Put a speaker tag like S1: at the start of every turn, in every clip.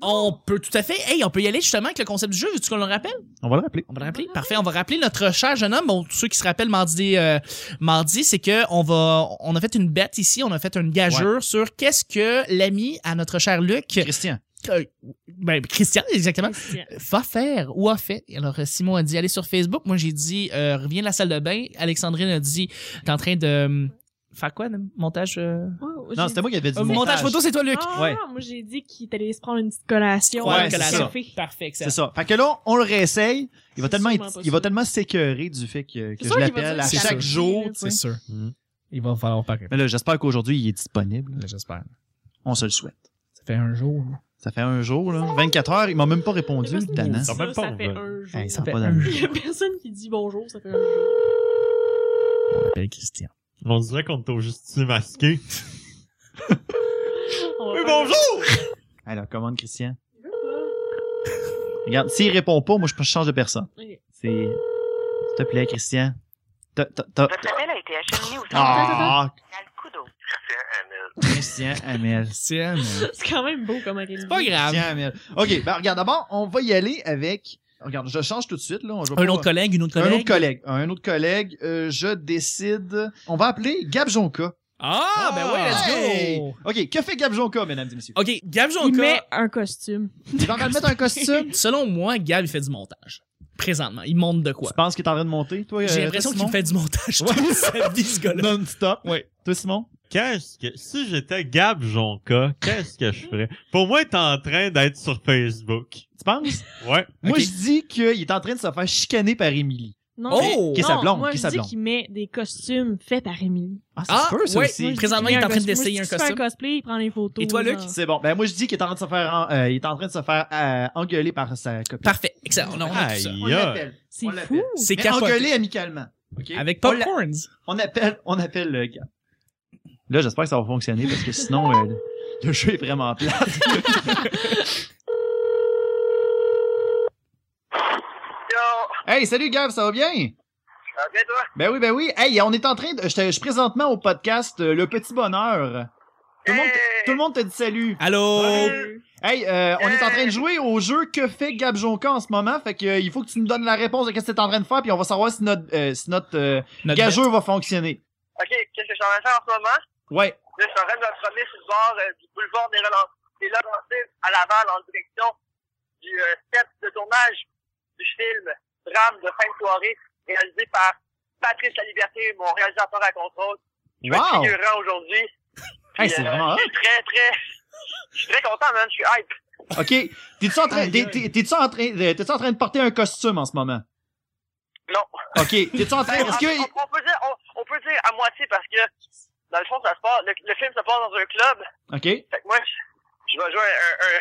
S1: On peut tout à fait. Hey, on peut y aller justement avec le concept du jeu. Tu qu'on le rappelle?
S2: On va le rappeler.
S1: On va le rappeler. Parfait. On va rappeler notre cher jeune homme. Bon, tous ceux qui se rappellent mardi, euh, mardi, c'est que on va, on a fait une bête ici. On a fait une gageure sur qu'est-ce que l'ami à notre cher Luc,
S2: Christian.
S1: euh, ben, Christian exactement,
S3: Christian.
S1: va faire ou a fait. Alors euh, Simon a dit allez sur Facebook. Moi j'ai dit euh, reviens de la salle de bain. Alexandrine a dit t'es en train de euh, faire quoi de montage euh,
S3: Oh,
S2: Non,
S3: j'ai-
S2: c'était moi qui avais dit.
S1: montage. photo c'est toi Luc.
S3: Ah,
S2: Ouais.
S3: moi j'ai dit qu'il allait se prendre une petite collation, euh,
S2: Ouais,
S3: un petit
S2: c'est ça.
S3: café.
S1: Parfait. excellent.
S2: C'est ça. Fait que là, on le réessaye. Il va
S3: C'est
S2: tellement,
S3: sûrement
S2: être-
S3: pas
S2: il va
S3: ça.
S2: tellement s'écœurer du fait que, que je
S3: C'est sûr qu'il va
S2: l'appelle
S3: dire
S2: à
S1: c'est
S2: chaque
S1: ça.
S2: jour.
S3: Oui,
S2: tu sais.
S1: C'est sûr.
S2: Mhm.
S1: Il va falloir parler.
S2: Mais là, j'espère qu'aujourd'hui, il est disponible.
S1: J'espère.
S2: On se le souhaite.
S1: Ça fait un jour.
S2: Ça fait un jour, là. 24 heures. Il m'a même pas
S3: Il y
S2: répondu,
S3: a
S2: le
S3: personne
S2: tannant.
S3: qui dit
S4: Ça
S3: Ça,
S4: va pas,
S3: ça fait
S4: on va-
S3: un jour.
S2: Hey, ça a
S1: fait
S2: pas
S1: un
S2: d'allure.
S3: Il y a personne qui dit bonjour, ça fait un jour.
S1: On appelle Euh, Christian.
S4: On dirait qu'on est au justicier masqué.
S3: On va
S4: Oui,
S3: faire-
S4: bonjour!
S2: Alors, commande, Christian. Regarde, s'il répond pas, moi, je change de personne.
S3: Ok.
S2: C'est. S'il te plaît, Christian. T'as- t'as- t'as-
S5: Votre appel a été acheminé au centre
S2: Ah,
S5: national Coudeau.
S2: Christian Hamel.
S1: Christian.
S3: C'est quand même beau comme C'est
S1: Pas grave.
S2: Christian Hamel. OK, ben, regarde, d'abord, on va y aller avec. Regarde, je change tout de suite, là. On- je vais
S1: Un
S2: pas-
S1: autre collègue, une autre
S2: Un
S1: collègue.
S2: autre collègue. Un autre collègue. Euh, je décide. On va appeler Gab Jonka.
S1: Ah, ben ouais, let's go.
S2: Hey! OK, que fait Gab Jonka, mesdames et messieurs?
S1: OK, Gab
S3: Il
S1: Jonca,
S3: met un costume.
S2: Il va en mettre un costume.
S1: selon moi, Gab, il fait du montage. Présentement, il monte de quoi?
S2: Tu penses qu'il est en train de monter, toi?
S1: J'ai
S2: euh,
S1: l'impression
S2: toi,
S1: qu'il fait du montage
S2: Ouais.
S1: toute sa vie, ce
S2: Simon?
S1: gars-là.
S2: Non-stop.
S1: Ouais.
S2: Toi, Simon?
S4: Qu'est-ce que, si j'étais Gab Jonca, qu'est-ce que je ferais? Pour moi, t'es en train d'être sur Facebook.
S2: Tu penses?
S4: Ouais.
S2: Moi,
S1: OK.
S2: je dis qu'il est en train de se faire chicaner par Émilie.
S3: Non,
S1: Oh!
S3: mais-
S2: Qui est sa
S3: non,
S2: blonde,
S3: moi
S2: qui est
S3: je
S2: sa
S3: dis
S2: blonde.
S3: qu'il met des costumes faits par Émilie.
S2: Ah, ça
S1: Ah,
S2: se peut, ça
S1: ouais.
S2: aussi.
S3: Moi, je
S1: Présentement,
S3: dis
S1: il est en
S3: un
S1: train
S3: costume.
S1: d'essayer
S3: Moi, je
S1: un
S3: dis qu'il fait
S1: costume.
S3: un cosplay, il prend les photos.
S1: Et toi, Luc?
S3: genre.
S2: C'est bon. Ben, moi, je dis qu'il est en train de se faire, en- euh, il est en train de se faire euh, engueuler par sa copine.
S1: Parfait, excellent. Non, on a tout ça.
S4: Aïe,
S2: On
S4: aïe.
S2: l'appelle. On
S3: C'est
S2: l'appelle.
S3: fou.
S1: C'est
S2: Mais
S1: capoté.
S2: engueuler amicalement. OK?
S1: Avec
S2: on, l'a-
S1: Popcorns.
S2: on appelle, on appelle le gars. Là, j'espère que ça va fonctionner parce que sinon, euh, le- le jeu est vraiment plat.
S5: Yo,
S2: Hey, salut Gab, ça va bien?
S5: ça va bien toi?
S2: Ben oui, ben oui. Hey, on est en train de. Je, te- je suis présentement au podcast euh, Le Petit Bonheur. Tout le, monde,
S5: Hey!
S2: tout le monde te dit salut.
S1: Allô?
S2: Hey, euh, on est en train de
S5: Hey!
S2: jouer au jeu Que fait Gab Jonca en ce moment? Fait que euh, il faut que tu nous donnes la réponse de qu'est-ce que t'es en train de faire, puis on va savoir si notre euh, si notre, euh,
S1: Notre
S2: gageur va fonctionner.
S5: Ok, qu'est-ce que je suis en train de faire en ce moment?
S2: Ouais.
S5: Là, je suis en train de me promener sur le bord euh, du boulevard des Relan- des Laurentides à Laval en direction du euh, set de tournage du film Drame de fin de soirée réalisé par Patrice Laliberté, mon réalisateur à contrôle. Je vais être
S2: Wow!
S5: figurant aujourd'hui.
S2: Hey,
S5: Puis,
S2: c'est
S5: euh,
S2: vraiment
S5: Je suis très, très... Je suis très content, man. Je suis hype.
S2: hot. OK. T'es-tu en train t'es- t'es- t'es-tu en train euh, t'es-tu en train de porter un costume en ce moment?
S5: Non.
S2: OK. T'es-tu en train
S5: Ben,
S2: Est-ce que
S5: on, on peut dire, on, on peut dire à moitié parce que, dans le fond, ça se passe, le, le film se passe dans un club.
S2: OK.
S5: Fait que moi, je- je vais jouer un, un, un,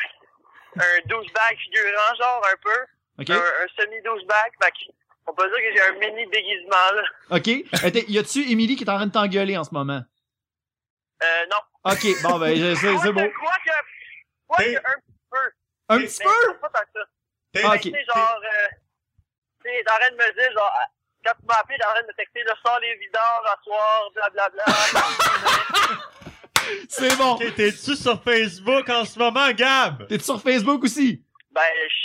S5: un douchebag figurant, genre, un peu.
S2: OK.
S5: Un, un semi-douchebag. Fait que, on peut dire que j'ai un mini déguisement, là.
S2: OK. Euh, t'es- y a-tu Émilie qui est en train de t'engueuler en ce moment?
S5: Euh, non.
S2: OK. Bon ben je- c'est c'est
S5: Moi,
S2: bon.
S5: Je crois que, je crois que un petit peu.
S2: Un petit
S5: mais
S2: peu
S5: je pense pas tant que ça.
S2: Ah,
S5: Fait
S2: ok.
S5: que, tu sais, genre, euh, tu sais, t'es en train de me dire, genre, ah, quand tu m'as appelé, t'es en train de me texter, là, sors les vidanges, asseoir, blablabla.
S2: C'est bon.
S4: Ok, T'es-tu sur Facebook en ce moment, Gab?
S2: T'es sur Facebook aussi?
S5: ben, je-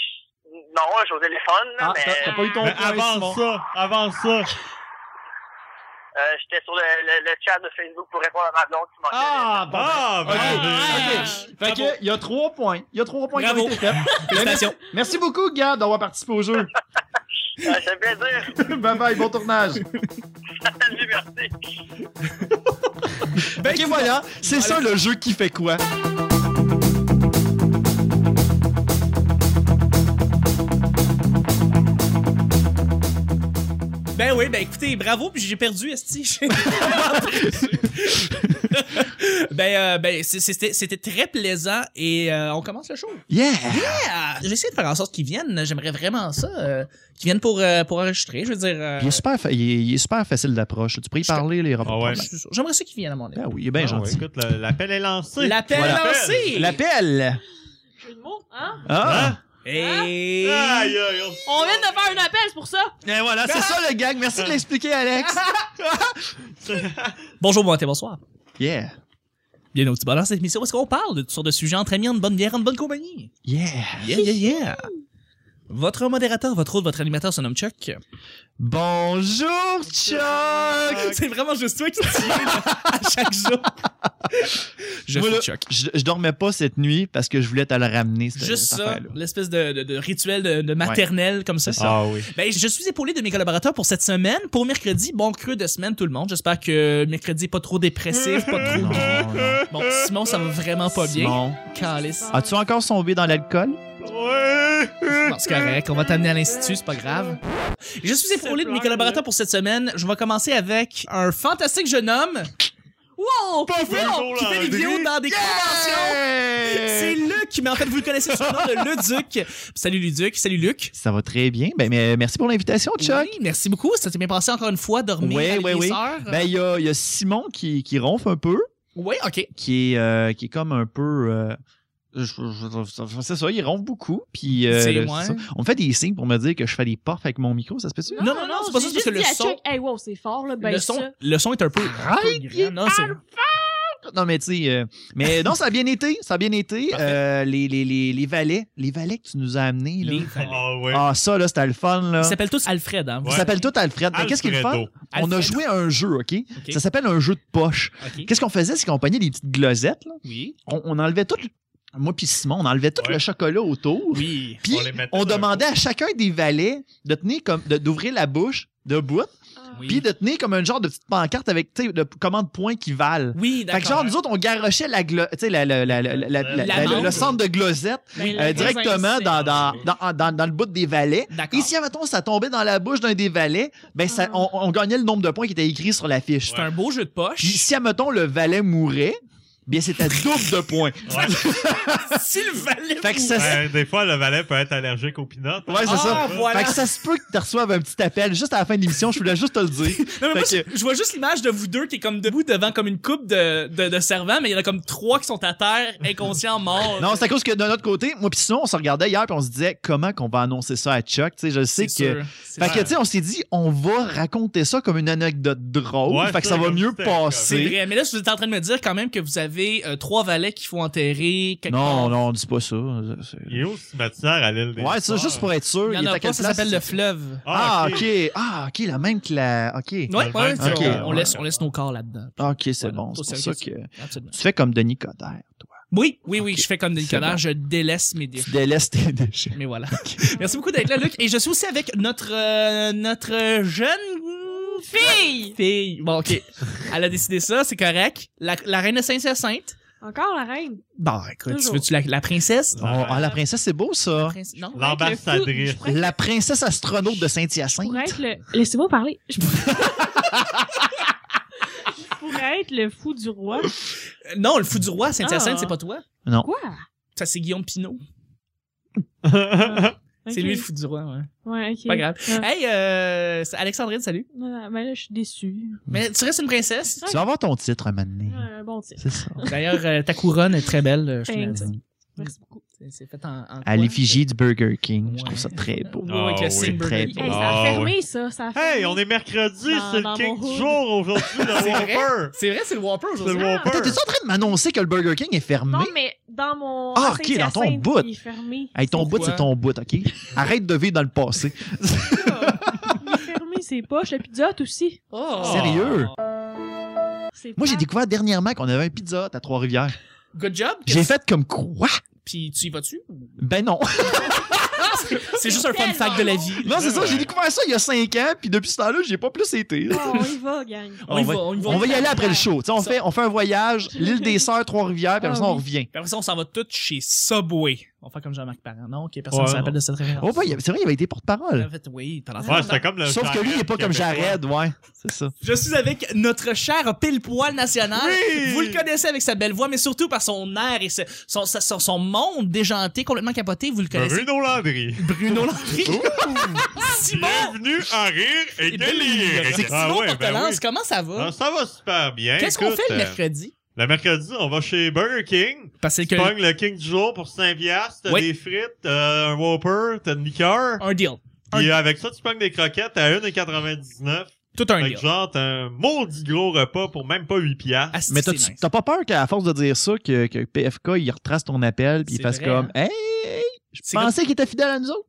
S5: non, je suis au téléphone, là,
S2: Ah,
S5: mais.
S2: t'as t'as pas eu ton
S4: Mais
S2: point, Simon.
S4: avant ça, avant ça.
S5: Euh, j'étais sur le, le, le chat de Facebook pour répondre à ma blonde qui manquait.
S2: Ah, bon.
S4: Ah,
S2: Ok,
S4: ben,
S2: ok. Fait que, il y a trois points. Il y a trois points qui
S1: Bravo.
S2: ont été faits.
S1: Félicitations.
S2: Merci beaucoup, Gab, d'avoir participé au jeu.
S5: Ça fait plaisir.
S2: bye bye, bon tournage.
S5: Salut, merci.
S2: ok, voilà. C'est ça le jeu qui fait quoi.
S1: Ben oui, ben écoutez, bravo, puis j'ai perdu, esti. ben, euh, ben c'est- c'était c'était très plaisant et euh, on commence le show.
S2: Yeah.
S1: Ah, J'essaie de faire en sorte qu'ils viennent. J'aimerais vraiment ça. euh, qu'ils viennent pour, euh, pour enregistrer. Je veux dire. euh,
S2: super, fa- il est- il est super facile d'approche. Tu peux y parler, les reporters.
S4: Ah ouais.
S1: je- J'aimerais ça qu'ils viennent à mon avis.
S2: Ben oui, il est
S4: Ben,
S2: bien gentil.
S4: écoute, le- l'appel est lancé.
S1: L'appel
S2: Voilà.
S1: lancé!
S2: L'appel.
S3: Jeu de mots, hein?
S2: Ah.
S1: Et...
S4: Aïe, aïe, aïe.
S3: On vient de faire un appel, c'est pour ça.
S2: Et voilà, c'est ça le gag. Merci de l'expliquer, Alex.
S1: Bonjour, bon matin, bonsoir.
S2: Yeah.
S1: Bien au petit bonheur, cette émission où est-ce qu'on parle de toutes sortes de sujets entre amis, en bonne bière, en bonne compagnie.
S2: Yeah.
S1: Yeah, yeah, yeah. Votre modérateur, votre hôte, votre animateur se nomme Chuck.
S2: Bonjour, Chuck!
S1: C'est vraiment juste toi qui te tiens là, à chaque jour. Je
S2: Moi,
S1: suis
S2: là,
S1: Chuck.
S2: Je, je dormais pas cette nuit parce que je voulais te le ramener, cette,
S1: Juste
S2: cette
S1: ça,
S2: affaire-là.
S1: l'espèce de, de- de rituel de, de maternelle comme ça.
S4: Ah oui.
S1: Ben, je suis épaulé de mes collaborateurs pour cette semaine. Pour mercredi, bon creux de semaine tout le monde. J'espère que mercredi est pas trop dépressif, pas trop...
S2: Non, non.
S1: Bon, Simon, ça va vraiment pas bien.
S2: Simon,
S1: Calice.
S2: as-tu encore sombé dans l'alcool?
S4: Ouais.
S1: Non, c'est correct. On va t'amener à l'institut, c'est pas grave. Je suis épaulé de mes collaborateurs pour cette semaine. Je vais commencer avec un fantastique jeune homme
S3: Wow!
S1: Wow, qui fait des vidéos dans des conventions. C'est Luc, mais en fait, vous le connaissez sous le nom de Luduc. Salut Luduc, salut Luc.
S2: Ça va très bien. Ben, mais merci pour l'invitation, Chuck.
S1: Oui, merci beaucoup. Ça s'est bien passé encore une fois, dormir
S2: Oui,
S1: avec
S2: oui,
S1: mes
S2: oui.
S1: sœurs.
S2: Ben, il y a, il y a Simon qui, qui ronfle un peu,
S1: oui, OK.
S2: qui est, euh, qui est comme un peu. euh, je- je- je- c'est ça, il ronfle beaucoup. Puis, euh,
S1: C'est-
S2: le-
S1: ouais.
S2: c'est ça. On me fait des signes pour me dire que je fais des portes avec mon micro, ça se peut-tu?
S1: Non, non, non, c'est pas ça,
S3: j'ai
S1: c'est parce que
S3: juste
S1: le
S3: dit à
S1: son-
S3: Chuck, Hey, wow, c'est fort, là. Ben,
S1: le,
S3: ça.
S1: son, le son est un peu...
S2: Arrête,
S1: un peu grand. Non, c'est-
S2: Non, mais tu sais. euh, mais non, ça a bien été. Ça a bien été. Euh, les, les, les, les valets. Les valets que tu nous as amenés. Là.
S1: Les valets.
S4: Ah ouais.
S2: Ah, ça, là, c'était le fun, là.
S1: Ils s'appellent tous Alfred, hein?
S2: Ils
S4: Ouais.
S2: s'appellent tous Alfred. Mais ben, qu'est-ce qui est le fun?
S4: Alfredo.
S2: On a
S1: Alfred.
S2: joué à un jeu, OK?
S1: OK.
S2: Ça s'appelle un jeu de poche.
S1: OK.
S2: Qu'est-ce qu'on faisait? C'est qu'on pognait des petites glosettes, là.
S1: Oui.
S2: On, on enlevait tout. le- Moi puis Simon, on enlevait tout
S4: Ouais.
S2: le chocolat autour.
S1: Oui.
S2: Puis
S4: On les mettait
S2: on,
S4: dans un
S2: demandait à chacun des valets de tenir comme de- d'ouvrir la bouche de bout,
S1: Oui.
S2: puis de tenir comme un genre de petite pancarte avec tu sais, de comment de points qui valent.
S1: Oui,
S2: Fait
S1: d'accord.
S2: que genre, nous autres, on garochait la glo- tu sais, la- la- la- la- la- la-
S4: La
S2: la- le- le
S1: mangue.
S2: centre de glosette
S3: Ben,
S2: euh,
S3: le
S2: directement
S3: raisin,
S2: dans, dans, dans, dans- dans le bout des valets.
S1: D'accord.
S2: Et si, mettons, ça tombait dans la bouche d'un des valets, ben, ça,
S3: Ah.
S2: on, on gagnait le nombre de points qui était écrit sur la fiche.
S1: C'est un beau jeu de poche.
S2: Puis si, mettons, le valet mourait, bien, c'était double de points.
S1: si le valet
S2: Fait que ça, se-
S4: Ouais, des fois, le valet peut être allergique aux hein. peanuts.
S2: ouais, c'est
S1: Ah,
S2: ça.
S1: voilà.
S2: Fait que ça se peut que tu reçoives un petit appel juste à la fin de l'émission, je voulais juste te le dire.
S1: Non, mais moi,
S2: Fait que-
S1: je- je vois juste l'image de vous deux qui est comme debout devant comme une coupe de, de, de servants, mais il y en a comme trois qui sont à terre, inconscients, morts.
S2: Non, c'est à cause que de notre côté, moi pis sinon, on se regardait hier puis on se disait comment qu'on va annoncer ça à Chuck, tu sais, je sais
S1: c'est
S2: que
S1: sûr. C'est
S2: Fait
S1: sûr.
S2: que, tu sais, on s'est dit, on va raconter ça comme une anecdote drôle.
S4: Ouais,
S2: fait que
S4: ça,
S2: ça va
S4: comme
S2: mieux
S4: c'était,
S1: C'est
S2: passer.
S1: vrai. Mais là, vous êtes en train de me dire quand même que vous avez euh, trois valets qu'il faut enterrer. quelque
S2: Non,
S1: part.
S2: non, on dit pas ça. C'est-
S4: Il est au cimetière à l'île des
S2: Ouais, ça,
S4: Sports.
S2: juste pour être sûr.
S1: Il y
S2: est
S1: en a
S2: à quelle
S1: pas, ça
S2: place?
S1: s'appelle le fleuve.
S2: Ah, ok. Ah, ok, la même que la. Ok.
S1: Ouais,
S4: Dans
S1: ouais,
S4: le
S1: c'est-
S2: Ok,
S1: on, on
S2: ouais.
S1: laisse, on laisse nos corps là-dedans.
S2: Ok, c'est
S1: Voilà.
S2: bon.
S1: Oh,
S2: C'est pour
S1: c'est
S2: ça
S1: ok,
S2: que.
S1: Absolument.
S2: Tu fais comme Denis Coderre, toi.
S1: Oui, oui, oui, je fais comme Denis
S2: C'est
S1: Coderre,
S2: bon.
S1: je délaisse mes défauts.
S2: Tu délaisses tes déchets.
S1: Mais voilà. Merci beaucoup d'être là, Luc. Et je suis aussi avec notre, euh, notre jeune
S3: Fille!
S1: fille. Bon, OK. Elle a décidé ça, c'est correct. La, la reine de Saint-Hyacinthe.
S3: Encore la reine.
S1: Bon, Bah, écoute,
S3: Toujours.
S1: tu veux-tu la, la princesse?
S2: Oh, ah, la princesse, c'est beau, ça.
S1: Prince- Non?
S4: L'ambassadrice.
S3: Avec le fou,
S2: La princesse astronaute de
S3: Je
S2: Saint-Hyacinthe.
S3: pourrais être le. Laissez-moi parler. Je pourrais... Je pourrais être le fou du roi.
S1: Euh, Non, le fou du roi, Saint-Hyacinthe,
S3: Ah.
S1: c'est pas toi.
S3: Quoi?
S1: Ça, c'est Guillaume Pinot. C'est
S3: Ah, Ok.
S1: lui le fou du roi, ouais.
S3: Ouais, ok.
S1: Pas grave.
S3: Ouais.
S1: Hey, euh, c'est Alexandrine, salut.
S3: Non, non, mais là, je suis déçue.
S1: Mais tu restes une princesse.
S2: Tu vas avoir ton titre un moment donné.
S3: Ouais, Un bon titre.
S2: C'est ça.
S1: D'ailleurs, euh, ta couronne est très belle, euh, je te le
S3: Thanks.
S1: dis.
S3: Merci beaucoup.
S1: C'est- C'est fait en, en
S2: À
S1: quoi?
S2: l'effigie du Burger King. Je
S1: Ouais.
S2: trouve ça très beau.
S1: Ouais, avec
S4: Ah,
S1: le
S4: oui.
S1: signe
S2: Très
S1: Burger
S2: beau.
S1: King.
S3: Hey, ça
S4: Ah,
S3: a fermé, ça. ça a fermé.
S4: Hey, on est mercredi,
S3: Dans-
S4: c'est
S3: dans
S4: le king
S3: mon
S4: du
S3: hood.
S4: jour aujourd'hui, le
S1: C'est vrai?
S4: Whopper.
S1: C'est vrai, c'est le Whopper
S4: C'est
S1: aujourd'hui.
S4: le Whopper.
S2: Attends, t'es-tu en train de m'annoncer que le Burger King est fermé?
S3: Non, mais dans mon.
S2: Ah,
S3: à
S2: ok, dans ton
S3: Saint-Hyacinthe,
S2: bout.
S3: Il est fermé.
S2: Hey, ton
S1: Pourquoi?
S2: bout, c'est ton bout, OK? Arrête de vivre dans le passé.
S3: Il est fermé, ses poches. La pizza Hut aussi.
S1: Oh.
S2: Sérieux?
S3: C'est
S1: Ah.
S2: Moi, j'ai
S3: plate.
S2: découvert dernièrement qu'on avait un pizza Hut à Trois-Rivières.
S1: Good job.
S2: J'ai fait comme quoi?
S1: Puis tu y vas-tu? Ah,
S2: Ben non.
S1: C'est juste un fun
S3: Tellement
S1: fact de la vie.
S2: Non, c'est ça, j'ai découvert ça il y a cinq ans, puis depuis ce temps-là, j'ai pas plus été.
S3: Oh, on y va, gang.
S1: On, y va, on y va.
S2: On va y aller après le show. Tu sais, on,
S1: Ça.
S2: fait, on fait un voyage, l'île des Sœurs, Trois-Rivières, puis après
S3: Ah
S2: ça, on
S3: oui.
S2: revient.
S1: Puis après ça, on s'en va tous chez Subway. On va faire comme Jean-Marc Parent. Non, ok, personne ne
S4: Ouais,
S1: se rappelle
S4: non.
S1: de cette référence.
S2: Oh, ben, il y avait- c'est vrai, il avait été
S1: En
S2: porte-parole.
S1: fait, oui, t'as
S4: Ouais,
S1: l'enfant.
S4: c'était comme le
S2: Sauf que lui, il n'est pas comme
S4: Jared.
S2: Jared, ouais. C'est ça.
S1: Je suis avec notre cher pile poil national.
S4: Oui!
S1: Vous le connaissez avec sa belle voix, mais surtout par son air et ce- son, sa- son, son monde déjanté, complètement capoté. Vous le connaissez.
S4: Bruno Landry.
S1: Bruno Landry. Simon!
S4: Bienvenue à Rire et Délire.
S1: C'est
S4: Ah
S1: Simon
S4: ouais, ben
S1: Portelance,
S4: oui.
S1: comment ça va?
S4: Ah, Ça va super bien.
S1: Qu'est-ce qu'on
S4: Écoute,
S1: fait le
S4: euh,
S1: mercredi?
S4: Le mercredi, on va chez Burger King.
S1: Parce que
S4: Tu pognes le King du jour pour Saint-Vias. T'as
S1: Oui.
S4: des frites, euh, un Whopper, t'as une liqueur.
S1: un deal.
S4: Puis avec ça, tu pognes des croquettes à 1,99.
S1: Tout un
S4: Fait que
S1: gars.
S4: genre, t'as un maudit gros repas pour même pas 8 piastres.
S1: Ah, c'est-
S2: Mais
S1: c'est
S2: t'as
S1: nice.
S2: t'as pas peur qu'à force de dire ça, que, que PFK, il retrace ton appel puis il
S1: C'est
S2: fasse
S1: vrai,
S2: comme
S1: hein.
S2: Hey, je
S1: C'est
S2: pensais qu'il était fidèle à nous autres.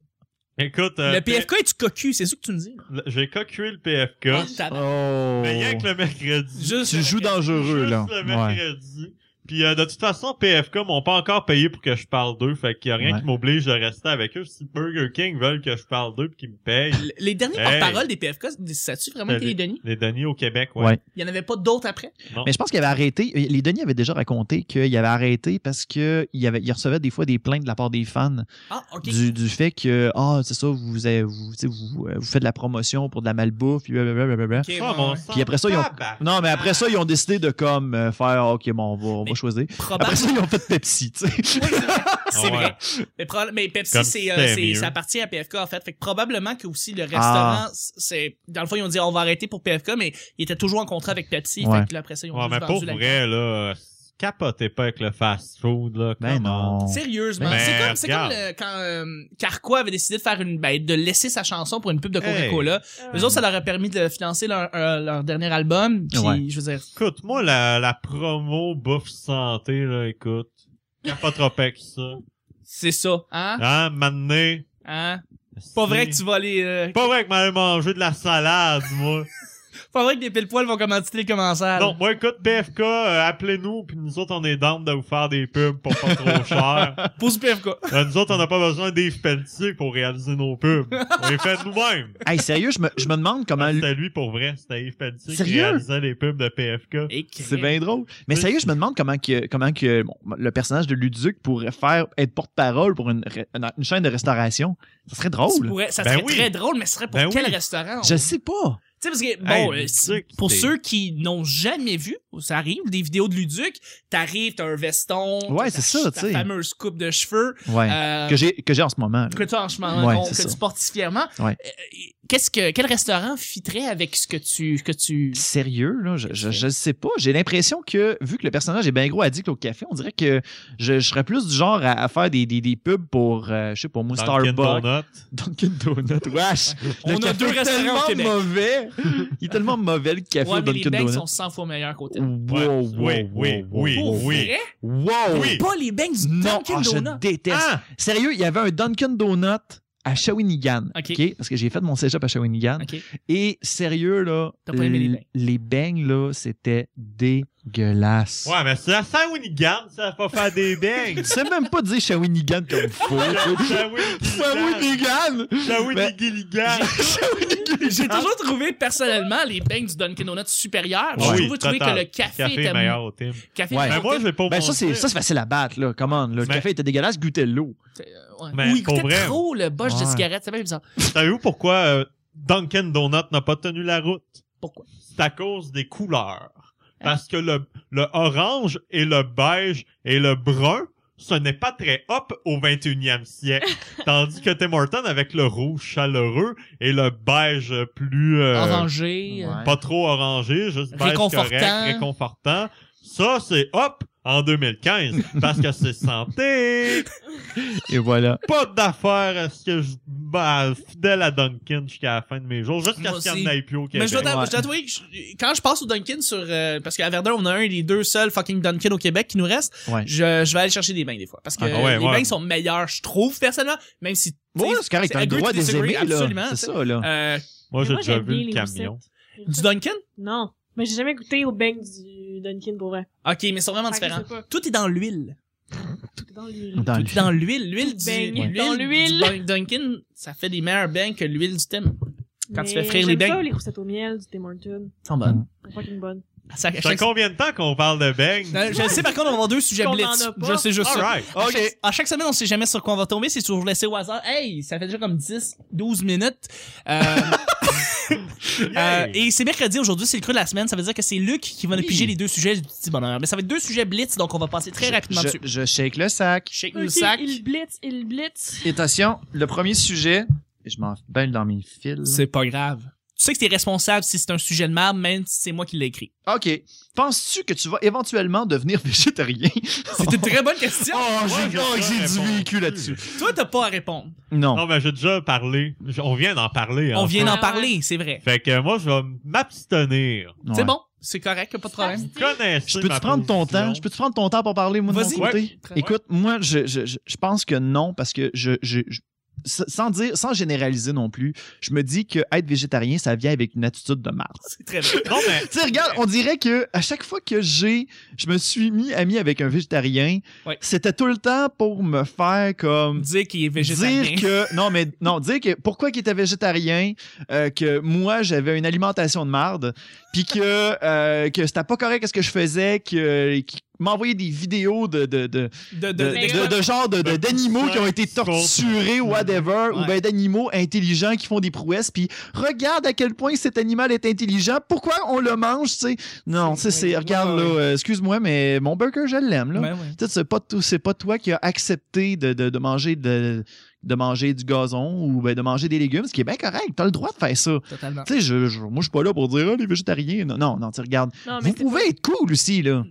S4: Écoute, euh,
S1: Ah, Le PFK est-tu cocu? C'est ça que tu me dis? là?
S4: P- j'ai cocué le PFK.
S1: Oh, tabarnak.
S2: Oh.
S4: Mais rien que le mercredi.
S1: Juste-
S2: Tu joues dangereux,
S4: Juste
S2: là.
S4: le
S2: Ouais.
S4: mercredi. Puis euh, de toute façon, PFK m'ont pas encore payé pour que je parle d'eux, fait qu'il y a rien
S2: Ouais.
S4: qui m'oblige de rester avec eux. Si Burger King veulent que je parle d'eux puis qu'ils me payent,
S1: L- Les derniers
S4: Hey.
S1: porte-parole des PFK, ça tu vraiment été les Denis?
S4: les Denis au Québec, ouais.
S2: Ouais.
S1: Il y en avait pas d'autres après?
S2: Mais je pense qu'il avait arrêté. Les Denis avaient déjà raconté qu'il avait arrêté parce que il, avait, il recevait des fois des plaintes de la part des fans
S1: Ah, ok.
S2: du, du fait que ah c'est ça vous avez- vous, tu sais, vous euh, vous faites de la promotion pour de la malbouffe puis blablabla.
S1: Ok,
S4: Ça,
S1: ouais,
S4: mon
S1: ouais.
S4: sang.
S2: Puis après ça, ils ont-
S4: Tabarnak.
S2: Non mais après ça ils ont décidé de comme euh, faire ok bon on va, on va
S1: Mais- ah, bah.
S2: choisir.
S1: Probable-
S2: Après ça ils ont fait Pepsi. tu sais.
S1: C'est
S4: Ah, Ouais.
S1: vrai. Mais, proba- mais Pepsi,
S4: Comme
S1: c'est,
S4: c'était
S1: euh, c'est-
S4: mieux. Ah.
S1: ça appartient à PFK, en fait. Fait que probablement que aussi le restaurant, c'est, dans le fond, ils ont dit, on va arrêter pour PFK, mais ils étaient toujours en contrat avec Pepsi.
S2: Ouais.
S1: Fait que là, après ça, ils ont
S4: Ouais,
S1: juste
S4: mais pour
S1: vendu la-
S4: vrai, là, euh, capotez pas avec le fast-food, là.
S2: Ben
S4: come on.
S2: non.
S1: Sérieusement.
S4: Ben,
S1: c'est comme, c'est comme
S4: regarde.
S1: le- quand euh, Carquois avait décidé de faire une, ben, de laisser sa chanson pour une pub de
S4: Hey.
S1: Coca-Cola.
S3: Euh,
S1: Eux autres, ça leur a permis de financer leur, euh, leur dernier album. Puis,
S2: Ouais.
S1: je veux dire,
S4: Écoute, moi, la, la promo bouffe santé, là, écoute. Capotera pas avec ça.
S1: c'est ça. Hein?
S4: Hein, m'amener.
S1: Hein? Pas vrai que tu vas aller, euh,
S4: Pas vrai que m'allais manger de la salade, moi.
S1: pas vrai que des pile poils vont commencer les commensales.
S4: non, moi, écoute, PFK, euh, appelez-nous, puis nous autres, on est down de vous faire des pubs pour pas trop cher.
S1: Pose PFK.
S4: Euh, nous autres, on n'a pas besoin des Pelletier pour réaliser nos pubs. On les fait nous-mêmes.
S2: hey sérieux je me, je me demande
S1: Ah,
S2: comment
S4: C'était lui pour vrai, c'était Yves Pelletier qui
S2: Sérieux?
S4: réalisait les pubs de PFK.
S1: Et
S2: C'est bien drôle. Mais
S4: Oui.
S2: sérieux, je me demande comment que, comment que bon, le personnage de Luduc pourrait faire être porte-parole pour une, re- une, une chaîne de restauration. Ça serait
S1: Tu
S2: drôle.
S1: pourrais- ça
S4: Ben
S1: serait
S4: oui.
S1: très drôle, mais ce serait pour
S4: Ben
S1: quel
S4: oui.
S1: restaurant?
S2: Je
S1: on-
S2: sais pas.
S1: Tu sais, parce que,
S4: Hey,
S1: bon, euh,
S4: Luduc,
S1: c'est- pour
S4: c'est-
S1: ceux qui n'ont jamais vu, ça arrive, des vidéos de Luduc, t'arrives, t'as un veston, t'as
S2: Ouais,
S1: ta-
S2: c'est ça,
S1: ta
S2: tu sais.
S1: fameuse coupe de cheveux,
S2: Ouais.
S1: euh,
S2: que j'ai que j'ai en ce moment. là.
S1: que tu as en chemin,
S2: Ouais,
S1: on-
S2: c'est
S1: que
S2: ça.
S1: tu portes si fièrement.
S2: Ouais.
S1: Euh, Qu'est-ce que, quel restaurant fitterait avec ce que tu, que tu...
S2: Sérieux, là, je, je, je sais pas. J'ai l'impression que, vu que le personnage est bien gros addict au café, on dirait que je, je serais plus du genre à, à faire des, des, des pubs pour, euh, je sais pas, moi,
S4: Dunkin'
S2: Starbucks.
S4: Donuts.
S2: Dunkin' Donuts. Wesh! Le
S1: On a
S2: café
S1: deux
S2: est
S1: restaurants au
S2: tellement
S1: Québec.
S2: mauvais. Il est tellement mauvais, le café
S1: Ouais,
S2: au
S1: mais les
S2: Dunkin'
S1: bangs
S2: Donuts.
S1: sont 100 fois meilleurs qu'au Tim.
S2: Wow, wow,
S4: Oui, oui,
S2: wow,
S4: oui,
S2: wow,
S1: Pour
S4: oui.
S1: vrai?
S2: Wow!
S4: Oui.
S1: Pas les bangs du
S2: Non,
S1: Dunkin'
S2: ah, je
S1: Donut.
S2: déteste.
S4: Ah!
S2: Sérieux, il y avait un Dunkin' Donut à Shawinigan.
S1: Ok.
S2: ok, Parce que j'ai fait mon cégep à Shawinigan.
S1: Ok.
S2: Et sérieux, là,
S1: T'as pas aimé les
S2: l-
S1: beignes.
S2: les beignes, là, c'était dégueulasse.
S4: Ouais, mais c'est à Shawinigan, ça va pas faire des beignes.
S2: Tu sais même pas dire Shawinigan comme faux.
S4: Shawinigan.
S2: Shawinigan!
S4: Shawinigan.
S1: J'ai toujours trouvé personnellement les bangs du Dunkin' Donuts supérieurs.
S4: Ah
S1: J'ai
S4: oui,
S1: toujours trouvé que
S4: total.
S1: le café,
S4: Café
S1: était
S4: meilleur au team.
S1: Café
S2: Ouais.
S1: était
S4: Ben
S1: bon.
S4: moi, je vais pas
S2: Ben ça, c'est
S4: mentir.
S2: ça, c'est facile à battre, là. Comment, là? Le
S4: Mais-
S2: café était dégueulasse, goûtez-le.
S1: Ouais.
S4: Mais
S1: Ou il
S4: ben, pour
S1: goûtait
S4: vrai.
S1: trop le boche de
S2: Ouais.
S1: cigarette, c'est bien bizarre.
S4: Savez-vous pourquoi euh, Dunkin' Donut n'a pas tenu la route?
S1: Pourquoi?
S4: C'est à cause des couleurs.
S2: Ah.
S4: Parce que le, le orange et le beige et le brun, ce n'est pas très hop au 21e siècle. Tandis que Tim Horton, avec le rouge chaleureux et le beige plus... euh,
S1: Orangé. euh,
S2: ouais.
S4: pas trop orangé, juste beige
S1: Réconfortant.
S4: correct, réconfortant. Ça, c'est hop en 2015 parce que c'est santé.
S2: Et voilà.
S4: Pas d'affaires à ce que je ben, fidèle à Dunkin jusqu'à la fin de mes jours, jusqu'à
S1: Moi
S4: ce qu'il
S1: aussi.
S4: n'y en ait plus au Québec.
S1: Mais je dois t'avouer-
S2: Ouais.
S1: je dois t'avouer que je- quand je passe au Dunkin' sur euh, parce qu'à Verdun on a un des deux seuls fucking Dunkin' au Québec qui nous reste,
S2: Ouais.
S1: je, je vais aller chercher des bains des fois parce que
S4: Ah, ouais,
S1: les
S4: ouais.
S1: bains sont meilleurs je trouve personnellement même si tu sais,
S2: Bon, c'est correct, t'as le
S1: agree
S2: droit
S1: to
S2: de les
S1: disagree,
S2: aimer,
S1: absolument,
S2: là.
S1: tu
S2: C'est
S1: sais.
S2: ça, là.
S1: euh,
S4: Moi, j'ai
S3: Mais
S4: déjà
S3: j'aime
S4: vu
S3: bien
S4: le
S3: les
S4: camion.
S3: recettes. Les
S1: du
S3: recettes.
S1: Dunkin'
S3: Non. Mais j'ai jamais goûté au bang du Dunkin pour vrai.
S1: OK mais ils sont vraiment
S3: Fait que je
S1: différents.
S3: sais pas.
S1: Tout est dans l'huile.
S3: Dans les-
S2: Dans
S1: Tout
S2: le
S1: est Euh, dans l'huile, l'huile du
S3: Ben,
S1: l'huile
S3: dans
S1: du
S3: l'huile.
S1: Dun- Dunkin', ça fait des meilleurs bains que l'huile du thème. Quand tu
S3: Mais
S1: fais frire les
S3: j'aime
S1: beignes.
S3: ça, les roussettes au miel du Tim Hortons.
S1: Ils sont bonnes.
S3: C'est Fucking bonne.
S1: Ça-
S4: Ça fait
S1: chaque-
S4: combien de temps qu'on parle de beignes?
S1: Non, je sais par contre on va avoir deux sujets
S3: Qu'on en
S1: blitz.
S3: a pas.
S1: Je sais juste ça.
S4: Alright.
S1: À chaque- À chaque semaine, on sait jamais sur quoi on va tomber. C'est toujours laissé au hasard. Hey, ça fait déjà comme 10, 12 minutes. Euh, euh, et c'est mercredi aujourd'hui, c'est le creux de la semaine. Ça veut dire que c'est Luc qui va nous
S2: Oui.
S1: piger les deux sujets du petit bonheur. Mais ça va être deux sujets blitz, donc on va passer très rapidement
S2: je,
S1: dessus.
S2: je shake le sac.
S1: Shake nous
S3: Ok,
S1: le sac.
S3: Il blitz, il blitz.
S2: Et attention, le premier sujet, et je m'en baigne dans mes fils.
S1: C'est pas grave. sais que t'es responsable si c'est un sujet de merde, même si c'est moi qui l'ai écrit.
S2: OK. Penses-tu que tu vas éventuellement devenir végétarien?
S1: C'est une très bonne question.
S2: Oh,
S4: Ouais,
S2: j'ai
S4: j'ai
S2: oh,
S4: pas
S2: j'ai du
S4: répondu.
S2: vécu là-dessus.
S1: Toi, t'as pas à répondre.
S2: Non.
S4: Non, mais j'ai déjà parlé. J- On vient d'en parler.
S1: On
S4: en
S1: vient
S4: fait.
S1: d'en
S3: Ouais,
S1: parler, c'est vrai.
S4: Fait que moi, je vais m'abstenir.
S1: C'est
S2: Ouais.
S1: bon, c'est correct, y a pas de problème.
S4: Vous connaissez
S2: Je peux-tu
S4: ma
S2: prendre ton
S4: position.
S2: temps? Je peux-tu prendre ton temps pour parler, moi, de
S1: Vas-y.
S2: mon côté?
S1: Ouais.
S2: Écoute, moi, je, je, je- je pense que non, parce que je, je- je- s- sans dire, sans généraliser non plus, je me dis que être végétarien, ça vient avec une attitude de marde.
S1: C'est très bien.
S4: Non, mais
S2: Tu sais, regarde, on dirait que à chaque fois que j'ai, je me suis mis ami avec un végétarien,
S1: Ouais.
S2: c'était tout le temps pour me faire comme
S1: Dire qu'il est végétarien.
S2: dire que non mais non dire que pourquoi qu'il était végétarien euh, que moi j'avais une alimentation de marde puis que euh, que c'était pas correct ce que je faisais que qu'il m'envoyait des vidéos de de de,
S1: De, de,
S2: de,
S1: de-
S2: de- de genre de de- d'animaux qui ont été torturés ou whatever ou
S1: Ouais.
S2: ben d'animaux intelligents qui font des prouesses puis regarde à quel point cet animal est intelligent pourquoi on le mange tu sais non tu sais c'est regarde là euh, excuse-moi mais mon burger je l'aime là
S1: Ouais, ouais.
S2: Peut-être c'est pas tout- c'est pas toi qui as accepté de, de, de manger de, de manger du gazon ou ben, de manger des légumes, ce qui est bien correct. T'as le droit de faire ça.
S1: Totalement.
S2: Tu sais, je, je- moi je suis pas là pour dire Ah, les végétariens. Non, non, non tu regardes.
S3: Non, mais
S2: Vous
S3: c'est pas-
S2: pouvez être cool aussi là.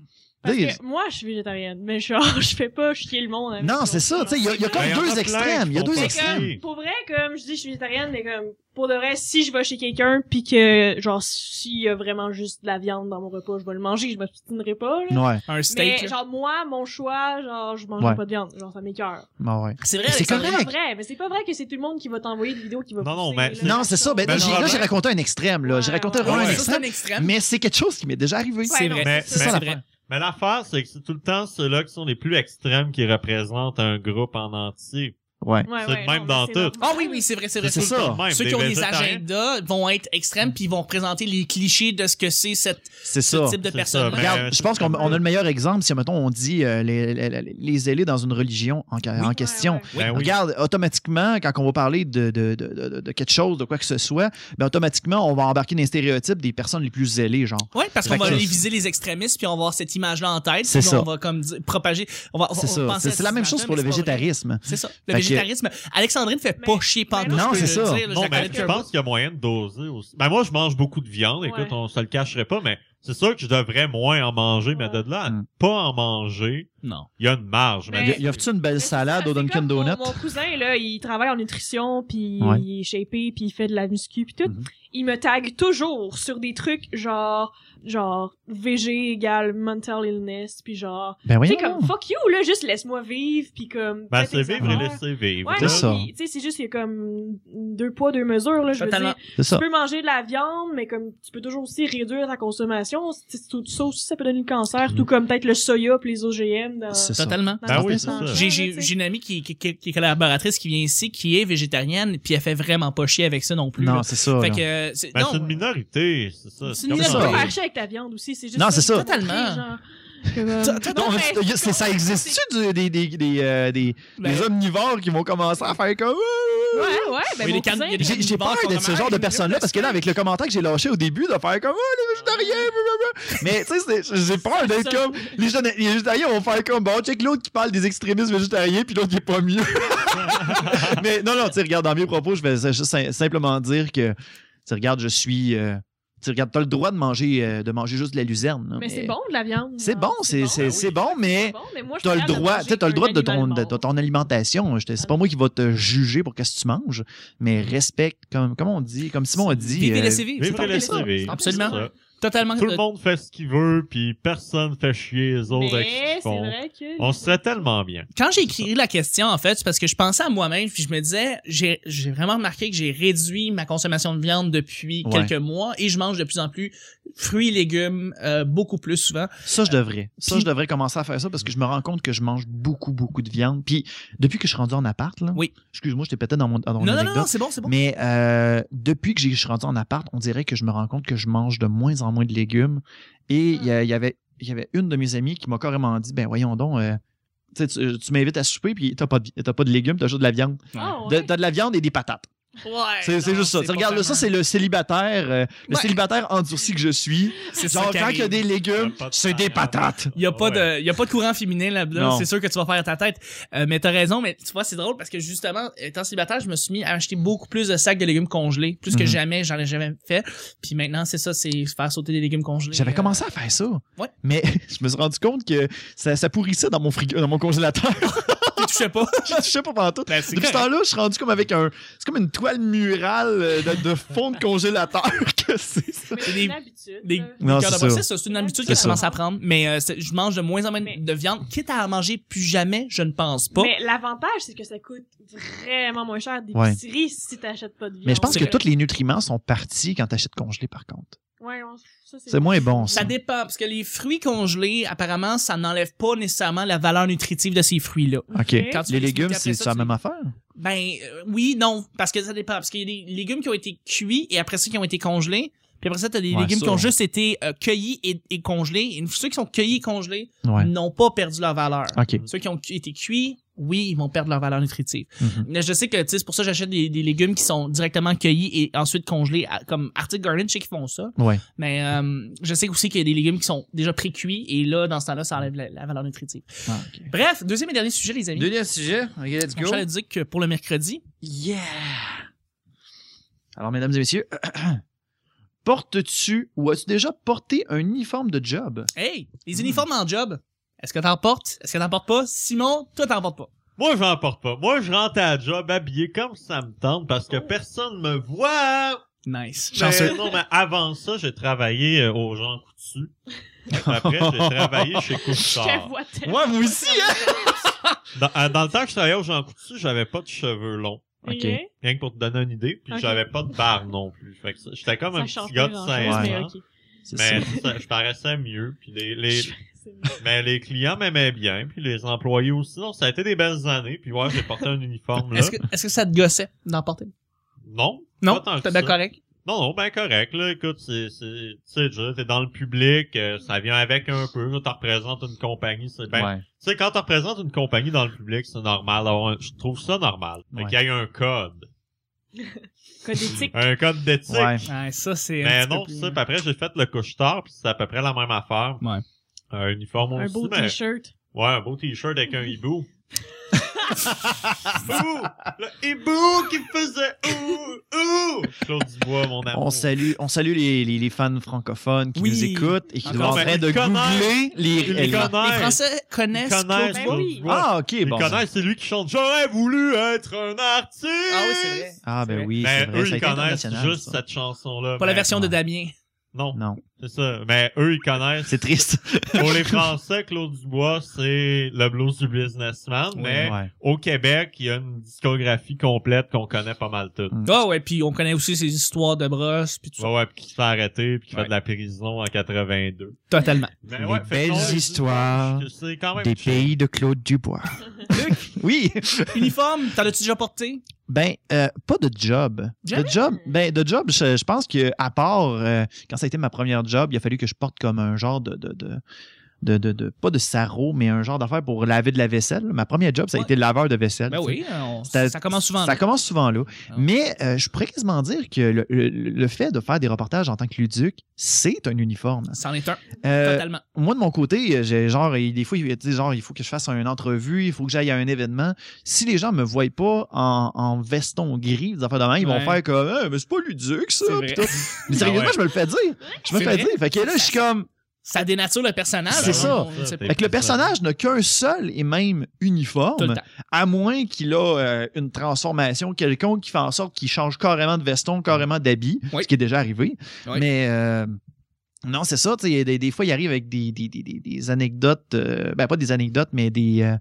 S3: parce
S2: Là, il-
S3: que moi, je suis végétarienne, mais genre, je fais pas chier le monde. avec
S2: Non,
S3: mon
S2: c'est ça.
S3: corps.
S2: Tu sais, il y a, il y a
S4: Ben,
S2: comme
S4: y en
S2: deux
S4: plein
S2: extrêmes.
S4: qui
S2: Il y a
S4: font
S2: deux
S4: pas
S2: extrêmes.
S4: chier.
S3: Pour vrai, comme je dis, je suis végétarienne, mais comme pour de vrai, si je vais chez quelqu'un, puis que genre s'il y a vraiment juste de la viande dans mon repas, je vais le manger, je m'obstinerai pas. Là.
S2: Ouais,
S1: Un
S3: mais
S1: steak. là.
S3: genre moi, mon choix, genre je mangerai
S2: Ouais.
S3: pas de viande, genre ça m'écœure.
S2: ben ouais.
S1: C'est vrai,
S2: Mais
S1: Alexandre.
S2: c'est correct.
S3: C'est pas vrai, mais c'est pas vrai que c'est tout le monde qui va t'envoyer des vidéos qui va
S4: Non, non,
S3: pousser,
S4: mais-
S3: là,
S2: Non, c'est ça. Ben,
S4: Ben,
S2: là, j'ai- là,
S4: Robert-
S2: j'ai raconté un extrême. là. J'ai
S3: Ouais,
S2: raconté
S3: ouais,
S2: vraiment
S4: ouais.
S1: Ça,
S2: un
S1: c'est
S2: extrême.
S1: un extrême.
S2: Mais c'est quelque chose qui m'est déjà arrivé.
S3: Ouais,
S1: c'est
S3: non,
S1: vrai.
S4: mais-
S1: c'est
S4: mais-
S1: ça l'affaire.
S4: Mais l'affaire, c'est que c'est tout le temps ceux-là qui sont les plus extrêmes qui représentent un groupe en entier.
S2: Ouais.
S3: Ouais,
S4: C'est
S3: ouais,
S4: le même
S3: non,
S4: dans
S3: mais
S4: tout.
S3: normal.
S1: Ah oui, oui, c'est vrai, c'est vrai.
S2: C'est
S1: tout le
S2: ça.
S1: temps.
S4: Le même,
S1: Ceux
S4: des
S1: qui ont des
S4: végétariens.
S1: agendas vont être extrêmes puis ils vont présenter les clichés de ce que c'est cette,
S2: C'est
S1: ce
S2: ça.
S1: type de
S4: C'est
S1: personne.
S4: ça, mais-
S2: Regarde, je pense qu'on on a le meilleur exemple si, mettons, on dit euh, les, les, les- les ailés dans une religion en, en
S1: Oui.
S2: question.
S3: Ouais, ouais.
S4: Ben oui.
S2: Regarde, automatiquement, quand on va parler de, de, de, de- de quelque chose, de quoi que ce soit, ben automatiquement, on va embarquer dans les stéréotypes des personnes les plus zélées, genre.
S1: Oui, parce
S2: Fait
S1: qu'on va
S2: que-
S1: aller viser les extrémistes puis on va avoir cette image-là en tête.
S2: ben, C'est
S1: puis
S2: ça.
S1: On va comme dire- propager. On va, on va-
S2: C'est
S1: on va
S2: ça.
S1: penser
S2: C'est
S1: à
S2: c'est
S1: cette
S2: la même chose
S1: image-là,
S2: pour le
S1: mais c'est pas vrai.
S2: végétarisme.
S1: C'est ça. Le
S2: Fait que-
S1: végétarisme. Alexandrine fait
S3: Mais-
S1: pas chier pendant
S3: mais
S2: non, c'est ça. ben,
S4: Non, mais je pense qu'il y a moyen de doser aussi. Ben moi, je mange beaucoup de viande,
S3: Ouais.
S4: écoute, on se le cacherait pas, mais c'est sûr que je devrais moins en manger, mais de là, à
S2: Mm.
S4: pas en manger,
S1: Non.
S4: il y a une marge.
S3: Mais-
S4: Mais...
S2: Y a- Y a-tu une belle
S3: Mais c'est
S2: salade
S3: ça,
S2: au
S3: c'est
S2: Dunkin'
S3: comme mon-
S2: Donut?
S3: Mon, cousin, là, il travaille en nutrition, puis
S2: Ouais.
S3: il est shapé, puis il fait de la muscu, puis tout.
S2: Mhm.
S3: Il me tague toujours sur des trucs genre, genre, VG égale mental illness, puis genre...
S2: Ben
S3: Tu
S2: oui.
S3: sais, comme, fuck you, là, juste laisse-moi vivre, puis comme...
S4: Ben,
S3: fais
S4: c'est
S3: tes
S4: vivre et
S3: affaires.
S4: laisser vivre.
S3: Ouais,
S2: C'est
S3: non,
S2: ça.
S3: puis, tu sais, c'est juste qu'il y a comme deux poids, deux mesures, là, je veux
S1: Totalement.
S3: dire.
S2: C'est ça.
S3: Tu peux manger de la viande, mais comme tu peux toujours aussi réduire ta consommation. C'est- c'est- Tout ça aussi, ça peut donner le cancer,
S2: Mhm.
S3: tout comme peut-être le soya puis les OGM dans...
S2: C'est ça.
S1: Totalement.
S3: dans
S4: Ben
S3: cette
S4: oui, c'est ça.
S3: essence-là,
S1: J'ai-
S3: là,
S1: J'ai
S3: tu sais.
S1: j'ai une amie qui, qui, qui- qui est collaboratrice qui vient ici, qui est végétarienne, puis elle fait vraiment pas chier avec ça non plus.
S2: Non,
S1: là.
S2: c'est ça.
S1: fait
S2: là.
S1: que euh, c'est
S4: Ben,
S1: non,
S4: c'est une minorité, c'est ça.
S1: C'est une
S4: comme
S2: minorité.
S4: ça.
S3: Tu
S2: Ouais.
S3: peux faire chier avec ta viande aussi, c'est juste.
S2: Non, c'est ça.
S1: Totalement.
S3: Totalement.
S1: To- to-
S2: Non,
S1: non,
S2: mais y a- c'est- ça existe-tu du- des, des, des, euh, des,
S1: ben,
S2: des omnivores qui vont commencer à faire comme...
S3: Ouais, ouais, ben
S1: Oui,
S3: mon
S1: les cannes-
S3: cousin,
S1: il y a des
S2: J'ai
S3: il-
S2: j'ai peur d'être ce genre de personne-là parce que là, avec le commentaire que j'ai lâché au début, de faire comme oh, les végétariens, blablabla. Mais tu sais, c'est- j'ai peur d'être
S3: C'est ça.
S2: comme les, jeunes- les végétariens vont faire comme bon, check l'autre qui parle des extrémistes végétariens puis l'autre qui est pas mieux. Mais non, non, tu sais, regarde, dans mes propos, je vais juste sim- simplement dire que tu sais, regarde, je suis. euh, tu sais, regarde, t'as le droit de manger, euh, de manger juste de la luzerne. là,
S3: Mais c'est bon de la viande.
S2: C'est
S3: genre,
S2: bon, c'est
S3: Ben
S2: c'est- c'est bon, mais.
S3: c'est bon, mais moi, je
S2: T'as
S3: suis
S2: le
S3: capable de
S2: droit,
S3: manger
S2: tu sais, t'as le droit
S3: un
S2: de ton,
S3: animal
S2: de ton alimentation. Je te- C'est pas moi qui va te juger pour qu'est-ce que tu manges, mais respecte, comme, comme on dit, comme Simon a dit.
S1: vivez
S2: euh,
S1: laissez vivre.
S4: Vivre et
S1: C'est
S4: laisser
S1: parfait, ça.
S4: vivre.
S1: Absolument.
S4: C'est ça.
S1: Totalement.
S4: Tout le monde fait ce qu'il veut, puis personne fait chier les
S3: vivant.
S4: autres avec ce
S3: Mais
S4: qu'ils
S3: c'est
S4: font.
S3: vrai que.
S4: On se serait tellement bien.
S1: Quand j'ai écrit la question, en fait, c'est parce que je pensais à moi-même, puis je me disais, j'ai j'ai vraiment remarqué que j'ai réduit ma consommation de viande depuis
S2: Ouais.
S1: quelques mois et je mange de plus en plus fruits, légumes, euh, beaucoup plus souvent.
S2: Ça, je devrais. Ça,
S1: Puis-
S2: je devrais commencer à faire ça parce que je me rends compte que je mange beaucoup, beaucoup de viande. Puis, depuis que je suis rendu en appart, là.
S1: Oui.
S2: Excuse-moi, je t'ai pété dans mon, dans mon
S1: Non, non, non,
S2: anecdote.
S1: non, c'est bon, c'est bon.
S2: Mais euh, depuis que j'ai- je suis rendu en appart, on dirait que je me rends compte que je mange de moins en moins de légumes. Et il y,
S1: Ah.
S2: a- il y avait, il y avait une de mes amies qui m'a carrément dit, ben voyons donc, euh, tu, sais, tu- tu m'invites à souper puis t'as pas de, vi- t'as pas de légumes, t'as juste de la viande.
S3: Ah,
S2: De-
S3: ouais.
S2: T'as de la viande et des patates.
S1: Ouais,
S2: C'est c'est
S1: non,
S2: juste ça. Tu
S1: pas
S2: regardes, là, ça,
S1: vraiment-
S2: c'est le célibataire, euh, le
S1: Ouais.
S2: célibataire endurci que je suis.
S1: C'est ça
S2: Genre,
S1: qui
S2: quand il y a
S1: arrive.
S2: des légumes,
S4: Pas de
S2: Euh, c'est des patates.
S1: Il y a pas
S4: Ouais.
S1: de y a pas de courant féminin là-dedans,
S2: Ah Non.
S1: c'est sûr que tu vas faire ta tête. Euh, mais t'as raison, mais tu vois c'est drôle parce que justement étant célibataire, je me suis mis à acheter beaucoup plus de sacs de légumes congelés, plus que
S2: Mhm.
S1: jamais, j'en ai jamais fait. Puis maintenant c'est ça, c'est faire sauter des légumes congelés.
S2: J'avais
S1: Euh,
S2: commencé à faire ça.
S1: Ouais.
S2: Mais je me suis rendu compte que ça, ça pourrissait dans mon frigo, dans mon congélateur.
S1: Tu touchais pas.
S2: je touchais pas pendant tout.
S1: Ben, c'est
S2: Depuis ce
S1: correct.
S2: temps-là, je suis rendu comme avec un. C'est comme une toile murale euh, de, de fond de congélateur que c'est ça.
S1: C'est
S3: Mais c'est
S1: des-
S3: une habitude.
S1: des-
S3: là.
S2: Non,
S1: Cœur de
S2: c'est
S1: boss,
S2: ça.
S1: c'est une habitude
S2: C'est
S1: que je
S2: ça.
S1: commence à prendre, mais euh, c'est- je mange de moins en moins
S3: Mais-
S1: de viande, quitte à en manger plus jamais, je ne pense pas.
S3: Mais l'avantage, c'est que ça coûte vraiment moins cher d'épicerie si t'achètes pas de viande.
S2: Mais je pense
S1: C'est
S2: que
S1: vrai.
S2: tous les nutriments sont partis quand t'achètes congelé, par contre.
S3: Ouais, non, ça, c'est...
S2: C'est moins bon, ça.
S1: Ça dépend, parce que les fruits congelés, apparemment, ça n'enlève pas nécessairement la valeur nutritive de ces fruits-là.
S2: OK.
S1: Quand tu
S2: les
S1: fais du
S2: légumes,
S1: après
S2: c'est
S1: ça,
S2: c'est la
S1: tu-
S2: même affaire?
S1: Ben euh, oui, non, parce que ça dépend. Parce qu'il y a des légumes qui ont été cuits et après ça qui ont été congelés. Puis après ça, t'as des
S2: Ouais,
S1: légumes
S2: ça.
S1: qui ont juste été euh, cueillis et, et congelés. Et ceux qui sont cueillis et congelés
S2: Ouais.
S1: n'ont pas perdu leur valeur.
S2: OK.
S1: Ceux qui ont cu- été cuits, oui, ils vont perdre leur valeur nutritive.
S2: Mhm.
S1: Mais je sais que, tu sais, c'est pour ça que j'achète des, des légumes qui sont directement cueillis et ensuite congelés, à- comme Arctic Garden, je sais qu'ils font ça.
S2: Ouais.
S1: Mais euh, je sais aussi qu'il y a des légumes qui sont déjà pré-cuits et là, dans ce temps-là, ça enlève la, la valeur nutritive.
S2: Ah, OK.
S1: Bref, deuxième et dernier sujet, les amis.
S2: Deuxième sujet. OK, let's
S1: Mon cher Duc, pour le mercredi,
S2: Yeah! Alors, mesdames et messieurs, portes-tu ou as-tu déjà porté un uniforme de job?
S1: Hey, les
S2: Hmm.
S1: uniformes en job, est-ce que t'en portes? Est-ce que t'en portes pas? Simon, toi, t'en portes pas.
S4: Moi, j'en porte pas. Moi, je rentre à la job habillé comme ça me tente parce que
S3: Oh.
S4: personne me voit.
S1: Nice.
S2: Ben,
S4: Mais non, mais avant ça, j'ai travaillé euh, aux gens coutus. Après, j'ai travaillé chez
S3: Je
S4: Couchard.
S3: te vois tellement.
S2: Moi, vous aussi, hein.
S4: Dans, euh, dans le temps que je travaillais aux gens coutus, j'avais pas de cheveux longs.
S2: OK.
S3: Rien.
S4: Rien que pour te donner une idée. Puis
S3: Ok.
S4: j'avais pas de barbe non plus. Fait que ça- j'étais comme
S3: Ça
S4: un
S3: change
S4: petit
S3: pas
S4: gars de 16
S3: grand-chose,
S2: ans.
S3: mais
S4: mais,
S1: hein.
S3: ok.
S1: Ben,
S2: C'est
S4: ça- je paraissais mieux. Puis les, les,
S3: C'est bon.
S4: mais Ben, les clients m'aimaient bien. Puis les employés aussi. Non, ça a été des belles années. Puis ouais, j'ai porté un uniforme là.
S1: Est-ce que, est-ce que ça te gossait d'en porter?
S4: Non.
S1: Non?
S4: tant que
S1: T'es bien
S4: ça.
S1: correct?
S4: Non, non, ben correct, là. Écoute, c'est, c'est, tu sais, je veux dire, t'es dans le public, euh, ça vient avec un peu, là, t'en représentes une compagnie, c'est ben,
S2: Ouais.
S4: tu sais, quand t'en représentes une compagnie dans le public, c'est normal. Alors, un- je trouve ça normal. Fait
S2: Ouais.
S4: qu'il y a un code.
S3: Code éthique.
S4: Un code d'éthique.
S2: Ouais.
S1: Ouais, ça, c'est.
S2: Ben,
S4: Mais non, tu sais, puis après, j'ai fait le couche-tard, puis c'est à peu près la même affaire.
S1: Ouais.
S4: Un uniforme
S3: Un
S4: aussi,
S3: beau
S4: mais...
S3: t-shirt.
S4: Ouais, un beau t-shirt avec un hibou. Ouh! Le hibou qui faisait ouh! Ouh! Claude Dubois, mon amour.
S2: On salue, on salue les, les, les fans francophones qui
S1: Oui.
S2: nous écoutent et qui sont
S1: Encore,
S2: en train
S4: ben,
S2: de
S4: ils connaissent.
S2: googler
S4: Ils
S2: les.
S4: connaissent.
S1: Ah, Les Français connaissent
S4: Ils
S1: Claude
S4: connaissent
S3: Ben
S1: Dubois.
S4: Claude
S3: oui.
S4: Dubois.
S2: Ah, ok,
S4: Ils
S2: bon.
S4: connaissent, c'est lui qui chante J'aurais voulu être un artiste!
S1: Ah oui, c'est vrai.
S2: Ah, ben oui, c'est
S4: Mais
S2: vrai.
S4: eux,
S2: ça a
S4: ils
S2: été
S4: connaissent
S2: international,
S4: juste
S2: ça.
S4: cette chanson-là.
S1: Pas la
S4: Mais-
S1: version de Damien.
S4: Non,
S2: Non,
S4: c'est ça. Mais eux, ils connaissent.
S2: c'est triste.
S4: Pour les Français, Claude Dubois, c'est le blues du businessman. mais
S2: Ouais.
S4: au Québec, il y a une discographie complète qu'on connaît pas mal toutes.
S1: Ah ouais, puis on connaît aussi ses histoires de brosse, puis tout ça.
S4: Ouais, ouais, puis qui se fait arrêter, puis qui
S1: Ouais.
S4: fait de la prison en 82.
S1: Totalement.
S4: Mais
S2: Les
S4: ouais, fait que
S2: belles
S4: non,
S2: histoires
S4: c'est- C'est quand même
S2: Des
S4: chill.
S2: pays de Claude Dubois.
S1: Luc,
S2: Oui!
S1: uniforme, t'en as-tu déjà porté?
S2: Ben, euh, pas de job.
S1: Jamais?
S2: De job, ben, de job, je, je pense que à part euh, quand ça a été ma première job, il a fallu que je porte comme un genre de de, de, de, de- de- pas de sarrau, mais un genre d'affaire pour laver de la vaisselle. Ma première job, ça a
S1: Ouais.
S2: été laveur de vaisselle.
S1: Ben
S2: tu sais.
S1: oui, on-
S2: C'était-
S1: ça commence souvent.
S2: Ça
S1: là.
S2: commence souvent là.
S1: Ah.
S2: Mais euh, je pourrais quasiment dire que le, le- le fait de faire des reportages en tant que Luduc, c'est un uniforme.
S1: C'en est un,
S2: Euh,
S1: totalement.
S2: moi de mon côté, j'ai genre il- des fois il tu sais, genre il faut que je fasse une entrevue, il faut que j'aille à un événement. Si les gens me voient pas en, en veston gris, des affaires de même, ils
S1: Ouais.
S2: vont faire comme Eh, mais c'est pas Luduc ça.
S1: C'est vrai. Ah
S2: pis tout. Mais sérieusement,
S4: ouais.
S2: je me le fais dire. Je
S1: C'est
S2: me fais
S1: vrai.
S2: dire. Fait que là je suis comme
S1: Ça dénature le personnage.
S2: C'est
S1: hein,
S2: ça.
S1: on- on sait pas.
S2: fait que le personnage n'a qu'un seul et même
S1: Tout le
S2: uniforme,
S1: temps.
S2: à moins qu'il a euh, une transformation quelconque qui fait en sorte qu'il change carrément de veston, carrément d'habit,
S1: Oui.
S2: ce qui est déjà arrivé.
S1: Oui.
S2: Mais euh, non, c'est ça. tu sais, Des, des fois, il arrive avec des, des, des- des- des anecdotes, euh, ben pas des anecdotes, mais des. euh,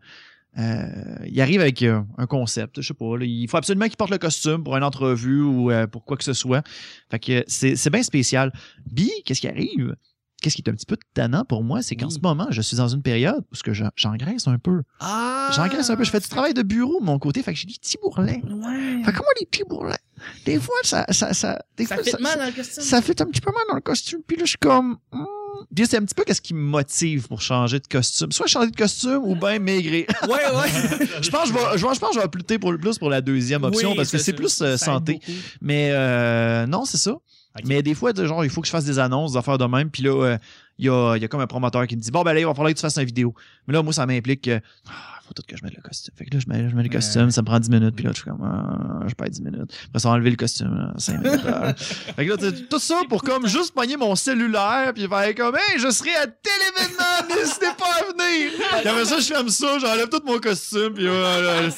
S2: euh, il arrive avec euh, un concept, je sais pas. là, il faut absolument qu'il porte le costume pour une entrevue ou euh, pour quoi que ce soit. Fait que c'est c'est bien spécial. Bi, qu'est-ce qui arrive? Qu'est-ce qui est un petit peu tannant pour moi, c'est qu'en
S1: Oui.
S2: ce moment, je suis dans une période où ce que je- j'engraisse un peu.
S1: Ah!
S2: J'engraisse un peu. Je fais du travail de bureau de mon côté, fait que j'ai des petits bourrelets.
S1: Ouais.
S2: Fait que moi, les petits bourrelets, des fois, ça... ça, ça, des
S1: Ça
S2: fois,
S1: fait
S2: ça-
S1: mal hein, dans le costume.
S2: ça fait un petit peu mal dans le costume. Puis là, je suis comme, Hmm, Puis c'est un petit peu qu'est-ce qui me motive pour changer de costume. Soit changer de costume ou bien maigrir.
S1: Ouais, ouais.
S2: je pense que je vais, je, pense que je vais pluter pour, plus pour la deuxième option
S1: Oui,
S2: parce que
S1: ça-
S2: c'est
S1: ça-
S2: plus
S1: ça
S2: euh,
S1: aide
S2: santé.
S1: beaucoup.
S2: Mais euh, non, c'est ça. Mais des fois, de genre, il faut que je fasse des annonces, des affaires de même. Puis là, euh, il y, a, il y a comme un promoteur qui me dit Bon, ben là, il va falloir que tu fasses une vidéo. Mais là, moi, ça m'implique que Ah, faut tout que je mette le costume. Fait que là, je mets, je mets le costume, ça me prend 10 minutes. Puis là, je suis comme Ah, Je perds 10 minutes. Après, ça va enlever le costume, 5 minutes. Ah. fait que là, tu sais, tout ça pour comme juste pogner mon cellulaire. Puis faire comme Hey, je serai à tel événement, n'hésitez pas à venir. Puis après ça, je ferme ça, j'enlève tout mon costume. Puis voilà.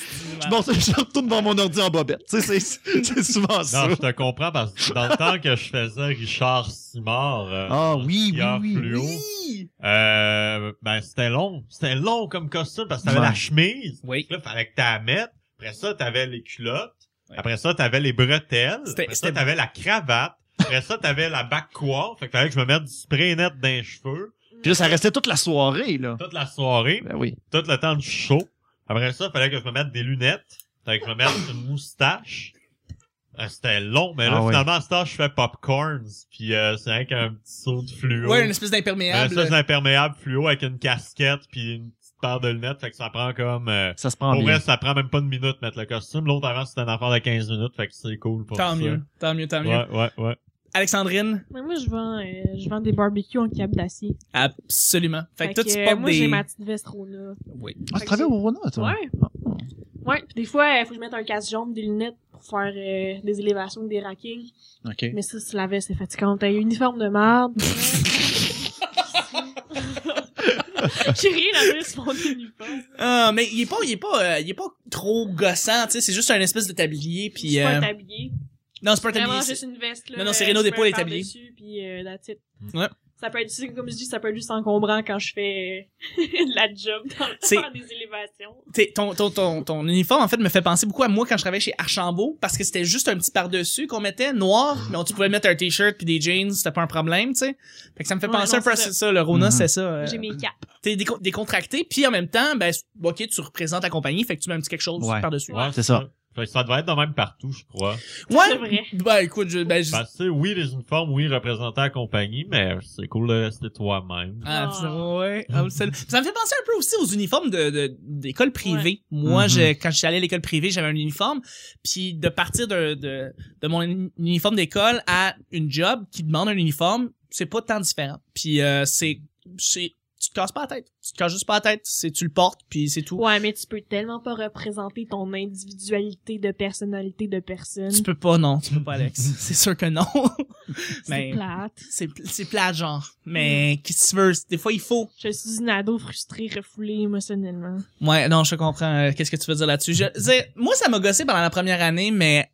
S2: Je, m'en- je retourne dans mon ordi en bobette. Tu sais, c'est c'est souvent ça.
S4: Non, je te comprends parce que dans le temps que je faisais Richard Simard, euh,
S2: Ah oui, oui,
S4: skieur
S2: oui.
S4: fluo, euh, ben c'était long. C'était long comme costume parce que t'avais
S2: Ouais.
S4: la chemise.
S1: Oui.
S4: Là, fallait que t'as la mettes. Après ça, t'avais les culottes.
S1: Ouais.
S4: Après ça, t'avais les bretelles.
S1: C'était-
S4: Après ça,
S1: c'était-
S4: t'avais la cravate. Après ça, t'avais la back coiffe. Fait que fallait que je me mette du spray net dans les cheveux.
S2: Puis là, ça restait toute la soirée, là.
S4: Toute la soirée.
S2: Ben oui.
S4: tout le temps du show. Après ça, fallait que je me mette des lunettes. Fallait que je me mette une moustache. Euh, C'était long, mais là,
S2: Ah ouais.
S4: finalement, à ce temps, je fais popcorns. Puis euh, c'est avec un petit saut de fluo.
S1: Ouais, une espèce
S4: Euh,
S1: d'imperméable.
S4: ça, c'est imperméable fluo avec une casquette puis une petite paire de lunettes. Fait que ça prend comme... Euh,
S2: Ça se prend
S4: au
S2: bien.
S4: reste, ça prend même pas une minute mettre le costume. L'autre avant, c'était une affaire de 15 minutes. Fait que c'est cool pour
S1: Tant
S4: ça.
S1: mieux, tant mieux, tant mieux.
S4: Ouais, ouais, ouais.
S1: Alexandrine,
S3: Mais moi, je vends, euh, je vends des barbecues en cap d'acier.
S1: absolument. Fait, que toi, tu
S3: euh,
S1: portes
S3: moi,
S1: des...
S3: j'ai ma petite veste Rona.
S1: Oui.
S2: Ah, tu travailles au Rona, toi? Ah.
S3: Ouais. Ouais. Puis des fois, il faut que je mette un casque jaune, des lunettes pour faire euh, des élévations, des rackings.
S2: OK.
S3: Mais ça, c'est la veste, c'est fatigant. T'as un uniforme de merde. J'ai rien à dire sur mon uniforme.
S1: Ah, mais il est pas, il est pas, euh, il est pas trop gossant, tu sais. C'est juste un espèce de tablier,
S3: Puis, je
S1: puis.
S3: suis pas
S1: euh,
S3: un tablier.
S1: Non, c'est pas un
S3: Vraiment
S1: tablier. c'est-
S3: juste une veste, là.
S1: Non, non, c'est
S3: euh,
S1: Renaud
S3: je
S1: Dépôt,
S3: mets
S1: les
S3: un par
S1: tabliers.
S3: dessus, Puis, euh, that's it.
S1: Ouais.
S3: Ça peut être, juste- comme je dis, ça peut être juste encombrant quand je fais euh, la job dans le
S1: C'est-
S3: faire des élévations.
S1: T'es- ton, ton, ton, ton uniforme, en fait, me fait penser beaucoup à moi quand je travaillais chez Archambault, parce que c'était juste un petit par-dessus qu'on mettait, noir, mais on- tu pouvais mettre un t-shirt puis des jeans, c'était pas un problème, tu sais. Fait que ça me fait
S3: Ouais,
S1: penser
S3: non,
S1: un peu à
S3: c'est
S1: ça, le Rona,
S2: Mhm.
S1: c'est ça. euh,
S3: J'ai mes capes.
S1: T'es déco- décontracté, puis en même temps, ben, ok, tu représentes ta compagnie, fait que tu mets un petit quelque chose
S2: Ouais.
S1: par-dessus.
S4: Ouais,
S2: c'est ça.
S4: Fait que ça devait être de même partout, je crois.
S1: Ouais.
S3: C'est vrai.
S1: Ben, écoute, je, ben, je-
S4: Parce que oui, les uniformes, oui, représenter la compagnie, mais c'est cool de rester toi-même.
S1: Ah,
S3: Ah.
S1: ça, ouais, ah, ça, ça me fait penser un peu aussi aux uniformes de de- d'école privée. Moi,
S2: Mhm.
S1: je, quand j'étais allé à l'école privée, j'avais un uniforme, puis de partir de de, de mon uni- uniforme d'école à une job qui demande un uniforme, c'est pas tant différent. Puis euh, c'est c'est tu te casses pas la tête, tu te casses juste pas la tête, c'est tu le portes puis c'est tout.
S3: Ouais, mais tu peux tellement pas représenter ton individualité de personnalité de personne.
S1: Tu peux pas non, tu peux pas Alex. c'est sûr que non.
S3: C'est
S1: mais
S3: plate.
S1: c'est c'est plat genre. Mais qu'est-ce que tu veux, des fois il faut
S3: Je suis une ado frustrée, refoulée émotionnellement.
S1: Ouais, non, je comprends. euh, Qu'est-ce que tu veux dire là-dessus? Je, c'est- moi, ça m'a gossé pendant la première année, mais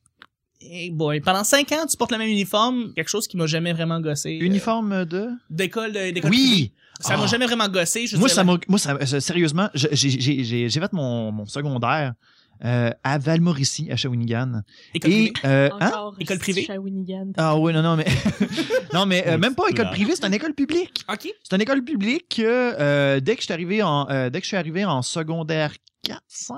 S1: hey boy, pendant cinq ans, tu portes le même uniforme, quelque chose qui m'a jamais vraiment gossé. Euh,
S2: Uniforme de...
S1: d'école, de- d'école. privée.
S2: Oui!
S1: Ça m'a
S2: Ah.
S1: jamais vraiment gossé. Je veux
S2: Moi,
S1: dire,
S2: ça
S1: la-
S2: m'a... Moi, ça... euh, Sérieusement, je- j'ai j'ai- j'ai- j'ai fait mon, mon secondaire euh, à Valmorici, à Shawinigan.
S1: école
S2: Et...
S1: privée.
S2: euh, hein?
S3: Encore.
S1: École
S3: c'est
S1: privée?
S3: Shawinigan.
S2: Ah oui, non, non, mais... non, mais euh, même pas école
S4: Oula.
S2: privée, c'est une école publique.
S1: Ok.
S2: C'est une école publique que euh, dès que je suis arrivé en euh, dès que je suis arrivé en secondaire 4 5,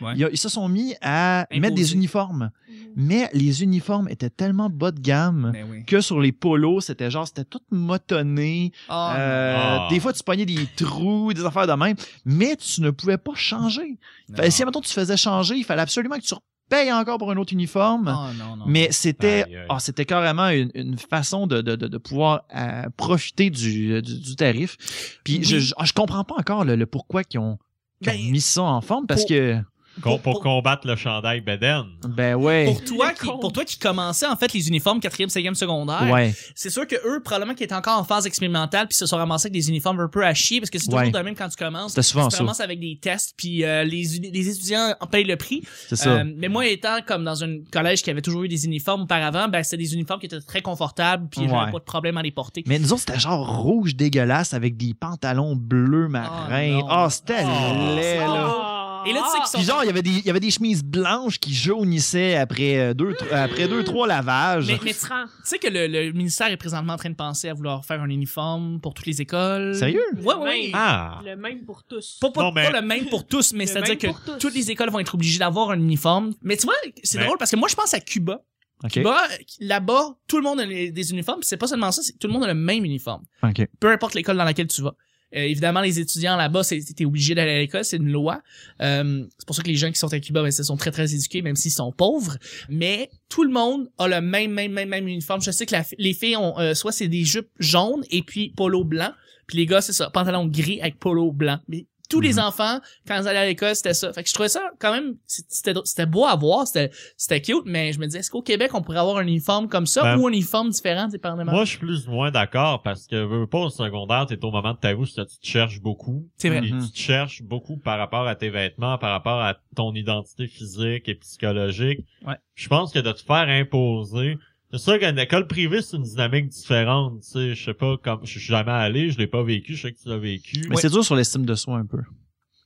S1: Ouais.
S2: ils, se sont mis à
S1: Imposer.
S2: mettre des uniformes. Mais les uniformes étaient tellement bas de gamme
S1: Mais oui.
S2: que sur les polos, c'était genre c'était tout motonné.
S1: Ah,
S2: Euh,
S4: Ah.
S2: Des fois tu pognais des trous, des affaires de même, mais tu ne pouvais pas changer. Fait- si maintenant tu te faisais changer, il fallait absolument que tu payes encore pour un autre uniforme.
S1: Ah, non, non.
S2: Mais c'était,
S4: Aïe, aïe.
S2: ah, c'était carrément une, une façon de, de, de, de pouvoir euh, profiter du, du, du tarif. Puis
S1: Oui.
S2: je, je, ah, je comprends pas encore le, le pourquoi qu'ils ont, qu'ils ont
S1: Ben,
S2: mis ça en forme parce
S1: pour-
S2: que,
S4: Pour, pour
S1: Pour-
S4: combattre le chandail Beden.
S2: ben ouais,
S1: pour toi,
S3: Le
S1: qui,
S3: con.
S1: pour toi qui commençais en fait les uniformes quatrième, cinquième secondaire,
S2: ouais,
S1: c'est sûr que eux probablement qui étaient encore en phase expérimentale puis se sont ramassés avec des uniformes un peu à chier parce que c'est toujours
S2: Ouais.
S1: de même quand tu commences.
S2: c'était souvent
S1: tu
S2: ça.
S1: commences avec des tests puis euh, les, uni- les étudiants en payent le prix.
S2: C'est ça.
S1: Euh, mais moi, étant comme dans un collège qui avait toujours eu des uniformes auparavant, ben, c'était des uniformes qui étaient très confortables, puis j'avais
S2: Ouais.
S1: pas de problème à les porter.
S2: mais nous autres, c'était genre rouge dégueulasse avec des pantalons bleus marins.
S1: non.
S2: Ah, c'était
S4: Oh.
S2: laid, là.
S3: Oh!
S1: Et là, tu sais qu'ils sont-
S2: Puis genre, il y avait des- il y avait des chemises blanches qui jaunissaient après euh, deux, tr- après deux trois lavages.
S1: Mais, mais tu sais que le, le ministère est présentement en train de penser à vouloir faire un uniforme pour toutes les écoles.
S2: Sérieux?
S1: Ouais, ouais.
S3: Ah.
S4: Ah!
S3: Le même pour tous.
S1: Pas, pas-
S4: Non, mais-
S1: pas le même pour tous, mais
S3: Le
S1: c'est-à-dire
S3: même pour
S1: que
S3: tous.
S1: toutes les écoles vont être obligées d'avoir un uniforme. Mais tu vois, c'est
S4: Mais-
S1: drôle parce que moi, je pense à Cuba.
S2: OK.
S1: Puis bah, Là-bas, tout le monde a les- des uniformes. Puis c'est pas seulement ça, c'est que tout le monde a le même uniforme.
S2: OK.
S1: Peu importe l'école dans laquelle tu vas. Euh, évidemment, les étudiants là-bas, c'est- t'es obligé d'aller à l'école, c'est une loi. Euh, c'est pour ça que les gens qui sont à Cuba, ben, ils sont très très éduqués, même s'ils sont pauvres. Mais tout le monde a le même même même même uniforme. Je sais que la fi- les filles ont euh, soit c'est des jupes jaunes et puis polo blanc, puis les gars c'est ça, pantalon gris avec polo blanc. Mais tous les
S2: Mhm.
S1: enfants quand ils allaient à l'école, c'était ça. Fait que je trouvais ça quand même c'est- c'était c'était beau à voir, c'était c'était cute, mais je me disais est-ce qu'au Québec on pourrait avoir un uniforme comme ça
S4: Ben,
S1: ou un uniforme différent dépendamment.
S4: Moi, je suis plus ou moins d'accord parce que veux veux pas au secondaire, t'es au moment de ta vie où tu te cherches beaucoup.
S1: C'est vrai.
S4: Et
S2: Mhm.
S4: tu te cherches beaucoup par rapport à tes vêtements, par rapport à ton identité physique et psychologique.
S1: Ouais.
S4: Je pense que de te faire imposer. C'est sûr qu'une école privée, c'est une dynamique différente. Tu sais, je sais pas comme je suis jamais allé, je l'ai pas vécu, je sais que tu l'as vécu.
S2: Mais c'est dur sur l'estime de soi un peu.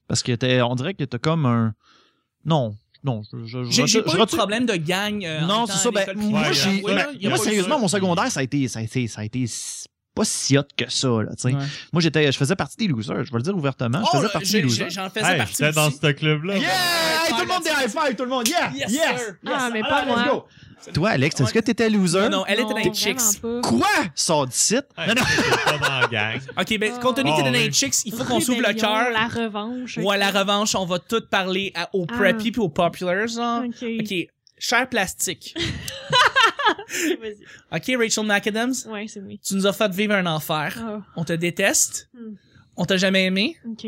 S2: Parce que t'es- on dirait que t'as comme un. Non, non. Je, je, je-
S1: J'ai j'ai
S2: je-
S1: pas
S2: je
S1: eu de
S2: retire-
S1: problème de gang. euh, en
S2: non,
S1: étant
S2: c'est ça.
S1: à
S2: Ben,
S1: l'école
S2: moi,
S1: primaire.
S4: primaire.
S2: j'ai,
S1: Ouais,
S2: ben,
S1: là, y a
S2: moi
S1: pas eu
S2: sérieusement,
S1: ça.
S2: mon secondaire, ça a été, ça a été, ça a été s- pas si hot que ça. Là, tu sais.
S1: Ouais.
S2: Moi, j'étais, je faisais partie des losers. Je vais le dire ouvertement. Je
S1: Oh,
S2: faisais
S1: là,
S2: hein, partie
S1: j'ai-
S2: des losers.
S1: j'ai- J'en faisais
S4: Hey,
S1: partie.
S4: j'étais dans
S1: aussi.
S4: ce club-là.
S2: Yeah! Hey, tout le monde des high five, tout le monde. Yeah!
S1: Yes,
S2: Yes!
S1: sir.
S3: Ah, mais pas
S2: Alors, let's
S3: moi.
S2: go. Toi, Alex, est-ce que t'étais loser?
S1: Non, non, elle était dans les chicks.
S3: vraiment pas.
S2: Quoi? Sors d'ici.
S4: Hey,
S2: Non, non.
S4: j'étais pas dans la gang.
S1: Ok, ben, compte tenu
S2: Ah,
S4: Oh,
S1: que t'es dans
S4: oui.
S1: les chicks, il faut qu'on s'ouvre le
S3: Rébellion,
S1: cœur.
S3: La revanche.
S1: Ou à la revanche, on va tout parler à, aux
S3: Ah.
S1: preppy puis aux populars, genre.
S3: Ok.
S1: Ok, cher plastique.
S3: Vas-y.
S1: Ok, Rachel McAdams,
S3: Ouais, c'est oui.
S1: tu nous as fait vivre un enfer.
S3: Ah,
S1: On te déteste.
S3: Hmm.
S1: On t'a jamais aimé.
S3: ok.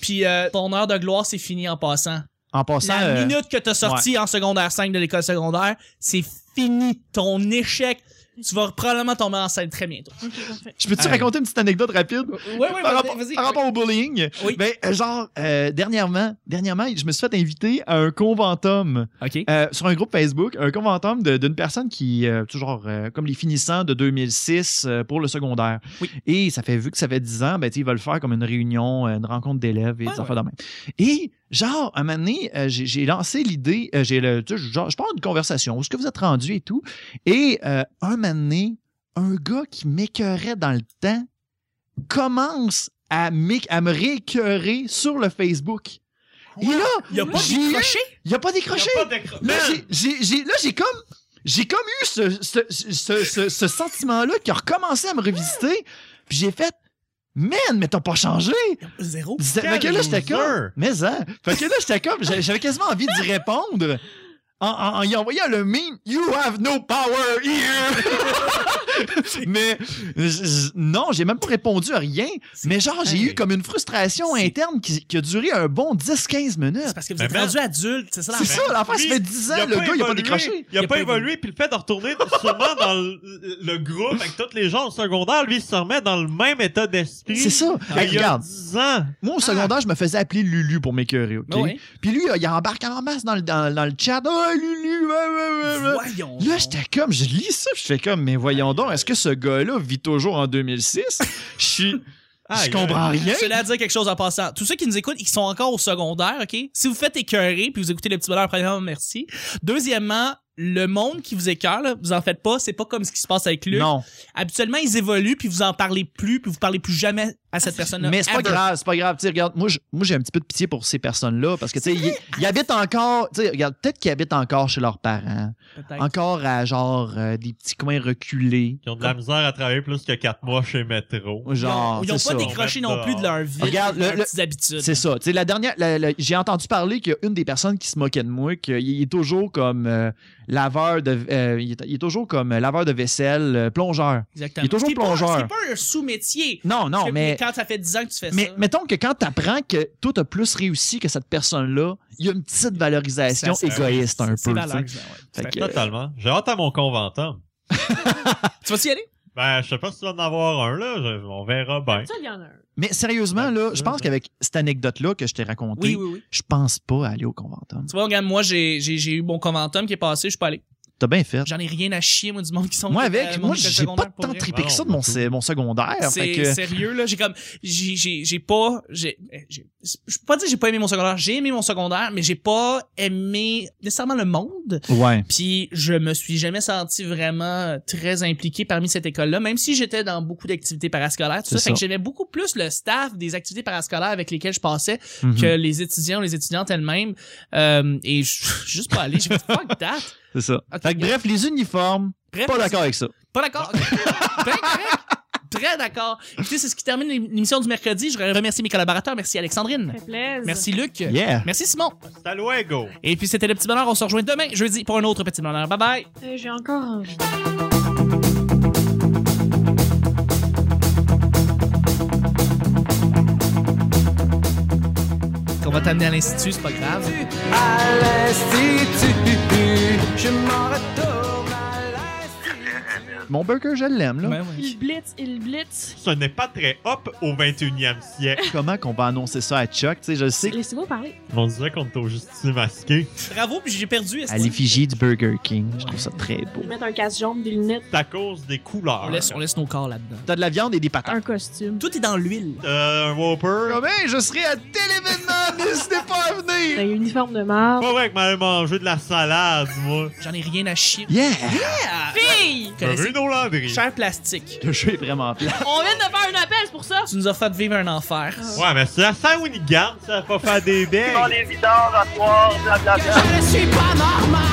S1: Puis euh, ton heure de gloire, c'est fini en passant.
S2: En passant.
S1: La
S2: euh,
S1: minute que t'as sorti en secondaire 5 de l'école secondaire, c'est fini. Ton échec, tu vas probablement tomber enceinte très bientôt.
S3: Ok, parfait.
S2: Je peux-tu
S4: Hey.
S2: raconter une petite anecdote rapide?
S1: Ouais, ouais,
S2: par,
S1: vas-y,
S2: rapport,
S1: vas-y.
S2: par rapport au bullying,
S1: Oui.
S2: ben, euh, genre, euh, dernièrement, dernièrement, je me suis fait inviter à un conventum
S1: Ok.
S2: euh, sur un groupe Facebook, un conventum de- d'une personne qui, euh, toujours euh, comme les finissants de 2006 euh, pour le secondaire.
S1: Oui.
S2: Et ça fait, vu que ça fait 10 ans, ben, tu sais, ils veulent faire comme une réunion, euh, une rencontre d'élèves et
S1: Ouais,
S2: des affaires de même. Et genre, à un moment donné, euh, j'ai j'ai lancé l'idée, euh, j'ai le, tu sais, genre, je parle d'une conversation, où est-ce que vous êtes rendu et tout. Et euh, un moment donné, un gars qui m'écœurait dans le temps commence à, m'éc- à me réécœurer sur le Facebook. Et là,
S1: Il a pas
S2: J'ai-
S1: décroché?
S2: il a pas
S4: Y a
S2: décroché.
S4: pas d'écro-
S2: Là,
S4: Man!
S2: j'ai- j'ai j'ai- là, j'ai comme. J'ai comme eu ce, ce, ce, ce, ce sentiment-là qui a recommencé à me revisiter. Puis j'ai fait, man, mais t'as pas changé.
S1: Zéro.
S2: Ça-
S4: Quel
S2: Fait que là, j'étais
S4: loser.
S2: comme. Mais hein. Fait que là, j'étais comme. j'a- J'avais quasiment envie d'y répondre en, en, en y envoyant le meme You have no power here. mais j- j- non, j'ai même pas répondu à rien. Mais genre, j'ai
S4: Hey.
S2: eu comme une frustration
S1: C'est-
S2: interne qui, qui a duré un bon 10-15 minutes.
S1: C'est parce que vous
S4: Mais
S1: êtes
S4: man.
S1: rendu adulte, c'est ça
S2: C'est
S1: l'affaire.
S2: ça, l'affaire, ça
S4: Lui,
S2: fait 10 ans,
S4: il a
S2: le gars, il a pas décroché.
S4: Il a pas évolué, puis le fait de retourner sûrement dans le, le groupe avec tous les gens au secondaire, lui, il se remet dans le même état d'esprit.
S2: C'est ça.
S4: qu'il
S2: Hey,
S4: y a
S2: regarde,
S4: 10 ans.
S2: moi, au secondaire, je me faisais appeler Lulu pour m'écœurer, OK?
S1: Ben Ah. ouais.
S2: Puis lui, euh, il embarque en masse dans le, dans, dans le chat. Ah, Lulu, ouais, ouais, ouais, ouais.
S1: Voyons.
S2: Là,
S1: donc.
S2: j'étais comme, je lis ça, puis je fais comme, mais voyons donc, est-ce que ce gars-là vit toujours en 2006? Je suis.
S4: Aïe,
S2: je comprends rien.
S1: Cela à dire quelque chose en passant. Tous ceux qui nous écoutent, ils sont encore au secondaire, OK? Si vous faites écœurer puis vous écoutez le petit bonheur, premièrement, merci. Deuxièmement, le monde qui vous écœure, là, vous en faites pas, c'est pas comme ce qui se passe avec Luc.
S2: Non,
S1: Habituellement, ils évoluent puis vous en parlez plus puis vous parlez plus jamais à cette personne-là.
S2: mais Ah, c'est pas
S1: Ever.
S2: grave, c'est pas grave. Tu sais, regarde, moi, je- moi, j'ai un petit peu de pitié pour ces personnes-là parce que, tu sais, ils, ils habitent encore, tu sais, regarde, peut-être qu'ils habitent encore chez leurs parents,
S1: Peut-être.
S2: encore à genre euh, des petits coins reculés.
S4: Ils ont de la misère à travailler plus que 4 mois chez Métro.
S2: Genre,
S1: ils ont pas
S2: c'est ça.
S1: décroché non plus de leur vie,
S2: Regarde,
S1: de leurs
S2: le- le-
S1: petites habitudes.
S2: C'est ça. Tu sais, la dernière, la- la- j'ai entendu parler qu'il y a une des personnes qui se moquait de moi, qu'il est toujours comme euh, laveur de, euh, il, est, il est toujours comme euh, laveur de vaisselle, euh, plongeur.
S1: Exactement.
S2: Il est toujours
S1: C'est pas-
S2: plongeur.
S1: C'est pas un sous-métier.
S2: Non, non,
S1: Parce que
S2: mais,
S1: Quand ça fait 10 ans que tu fais
S2: mais
S1: ça.
S2: mettons que quand t'apprends que toi t'as plus réussi que cette personne-là, il y a une petite valorisation
S1: Ça, ça,
S2: égoïste un
S1: c'est
S2: peu.
S1: valeur,
S2: tu
S1: ouais.
S2: sais.
S1: Fait
S2: Fait
S1: que-
S2: que- euh,
S4: Totalement. J'ai hâte à mon conventum.
S1: Tu vas-tu y aller?
S4: Ben, je sais pas si tu vas en avoir un, là. Je- on verra bien.
S3: Ça, il y en a un.
S2: Mais sérieusement, là, je pense
S4: Ouais.
S2: qu'avec cette anecdote-là que je t'ai racontée,
S1: Oui, oui, oui.
S2: je pense pas aller au conventum.
S1: Tu vois, regarde, moi, j'ai, j'ai, j'ai eu mon conventum qui est passé, je suis pas allé.
S2: T'as bien fait.
S1: J'en ai rien à chier, moi, du monde qui sont.
S2: Moi,
S1: euh,
S2: avec,
S1: mon
S2: moi,
S1: école
S2: j'ai pas
S1: secondaire, pour
S2: tant
S1: vrai.
S2: trippé
S4: Ah
S2: que
S4: non,
S2: ça de mon,
S4: beaucoup.
S2: sé- mon secondaire.
S1: C'est
S2: fait que-
S1: sérieux, là. J'ai comme. J'ai, j'ai, j'ai pas. J'ai, j'ai, je peux pas dire que j'ai pas aimé mon secondaire. J'ai aimé mon secondaire, mais j'ai pas aimé nécessairement le monde.
S2: Ouais.
S1: Puis je me suis jamais senti vraiment très impliqué parmi cette école-là, même si j'étais dans beaucoup d'activités parascolaires, tout
S2: C'est
S1: ça. Fait que
S2: ça.
S1: j'aimais beaucoup plus le staff des activités parascolaires avec lesquelles je passais
S2: Mhm.
S1: que les étudiants ou les étudiantes elles-mêmes. Euh, et je je suis juste pas allé. J'ai fait fuck that.
S2: C'est ça.
S1: Ok.
S2: Fait que bref, les uniformes,
S1: Bref,
S2: pas d'accord avec ça.
S1: Pas d'accord. Très correct. Très d'accord. Écoutez, c'est ce qui termine l'ém- l'émission du mercredi. Je remercie mes collaborateurs. Merci Alexandrine.
S3: Ça fait plaisir.
S1: Merci Luc.
S2: Yeah.
S1: Merci Simon.
S4: Hasta luego!
S1: Et puis c'était le petit bonheur. On se rejoint demain, jeudi, pour un autre petit bonheur. Bye bye.
S3: Euh, J'ai encore envie.
S1: On va t'amener à l'institut, c'est pas grave.
S6: à l'institut. Je m'en retourne à
S2: Mon burger, je l'aime, là.
S1: Ouais, ouais.
S3: Il blitz, il blitz.
S4: Ce n'est pas très hop au 21e siècle.
S2: Comment qu'on va annoncer ça à Chuck? Tu sais, je le sais.
S3: Laissez-moi parler.
S4: On dirait qu'on est au justice masqué.
S1: Bravo, puis j'ai perdu. est-ce
S2: À
S1: que-
S2: l'effigie du Burger King. Je trouve ça très
S3: Je
S2: beau.
S3: vais mettre un casse jaune, des lunettes,
S4: C'est à cause des
S1: On
S4: couleurs.
S1: laisse, on laisse nos corps là-dedans.
S2: T'as de la viande et des patates.
S3: un costume.
S1: Tout est dans l'huile.
S4: Euh, un Whopper.
S2: Romain, je serai à tel événement, n'hésitez pas à venir!
S3: Un uniforme de marde.
S4: Pas vrai que m'avait mangé de la salade, moi.
S1: J'en ai rien à chier.
S2: Yeah!
S1: Ah,
S3: Fille!
S1: vous connaissez-
S4: Bruno Landry.
S1: Cher plastique.
S2: Le jeu est vraiment plat.
S3: On vient de faire un appel, c'est pour ça!
S1: Tu nous as fait vivre un enfer.
S4: Ouais, mais c'est la Saint-Winigan, ça va pas faire des
S5: Dans
S4: belles.
S5: les vidanges à soir, blablabla.
S6: Je ne suis pas normal.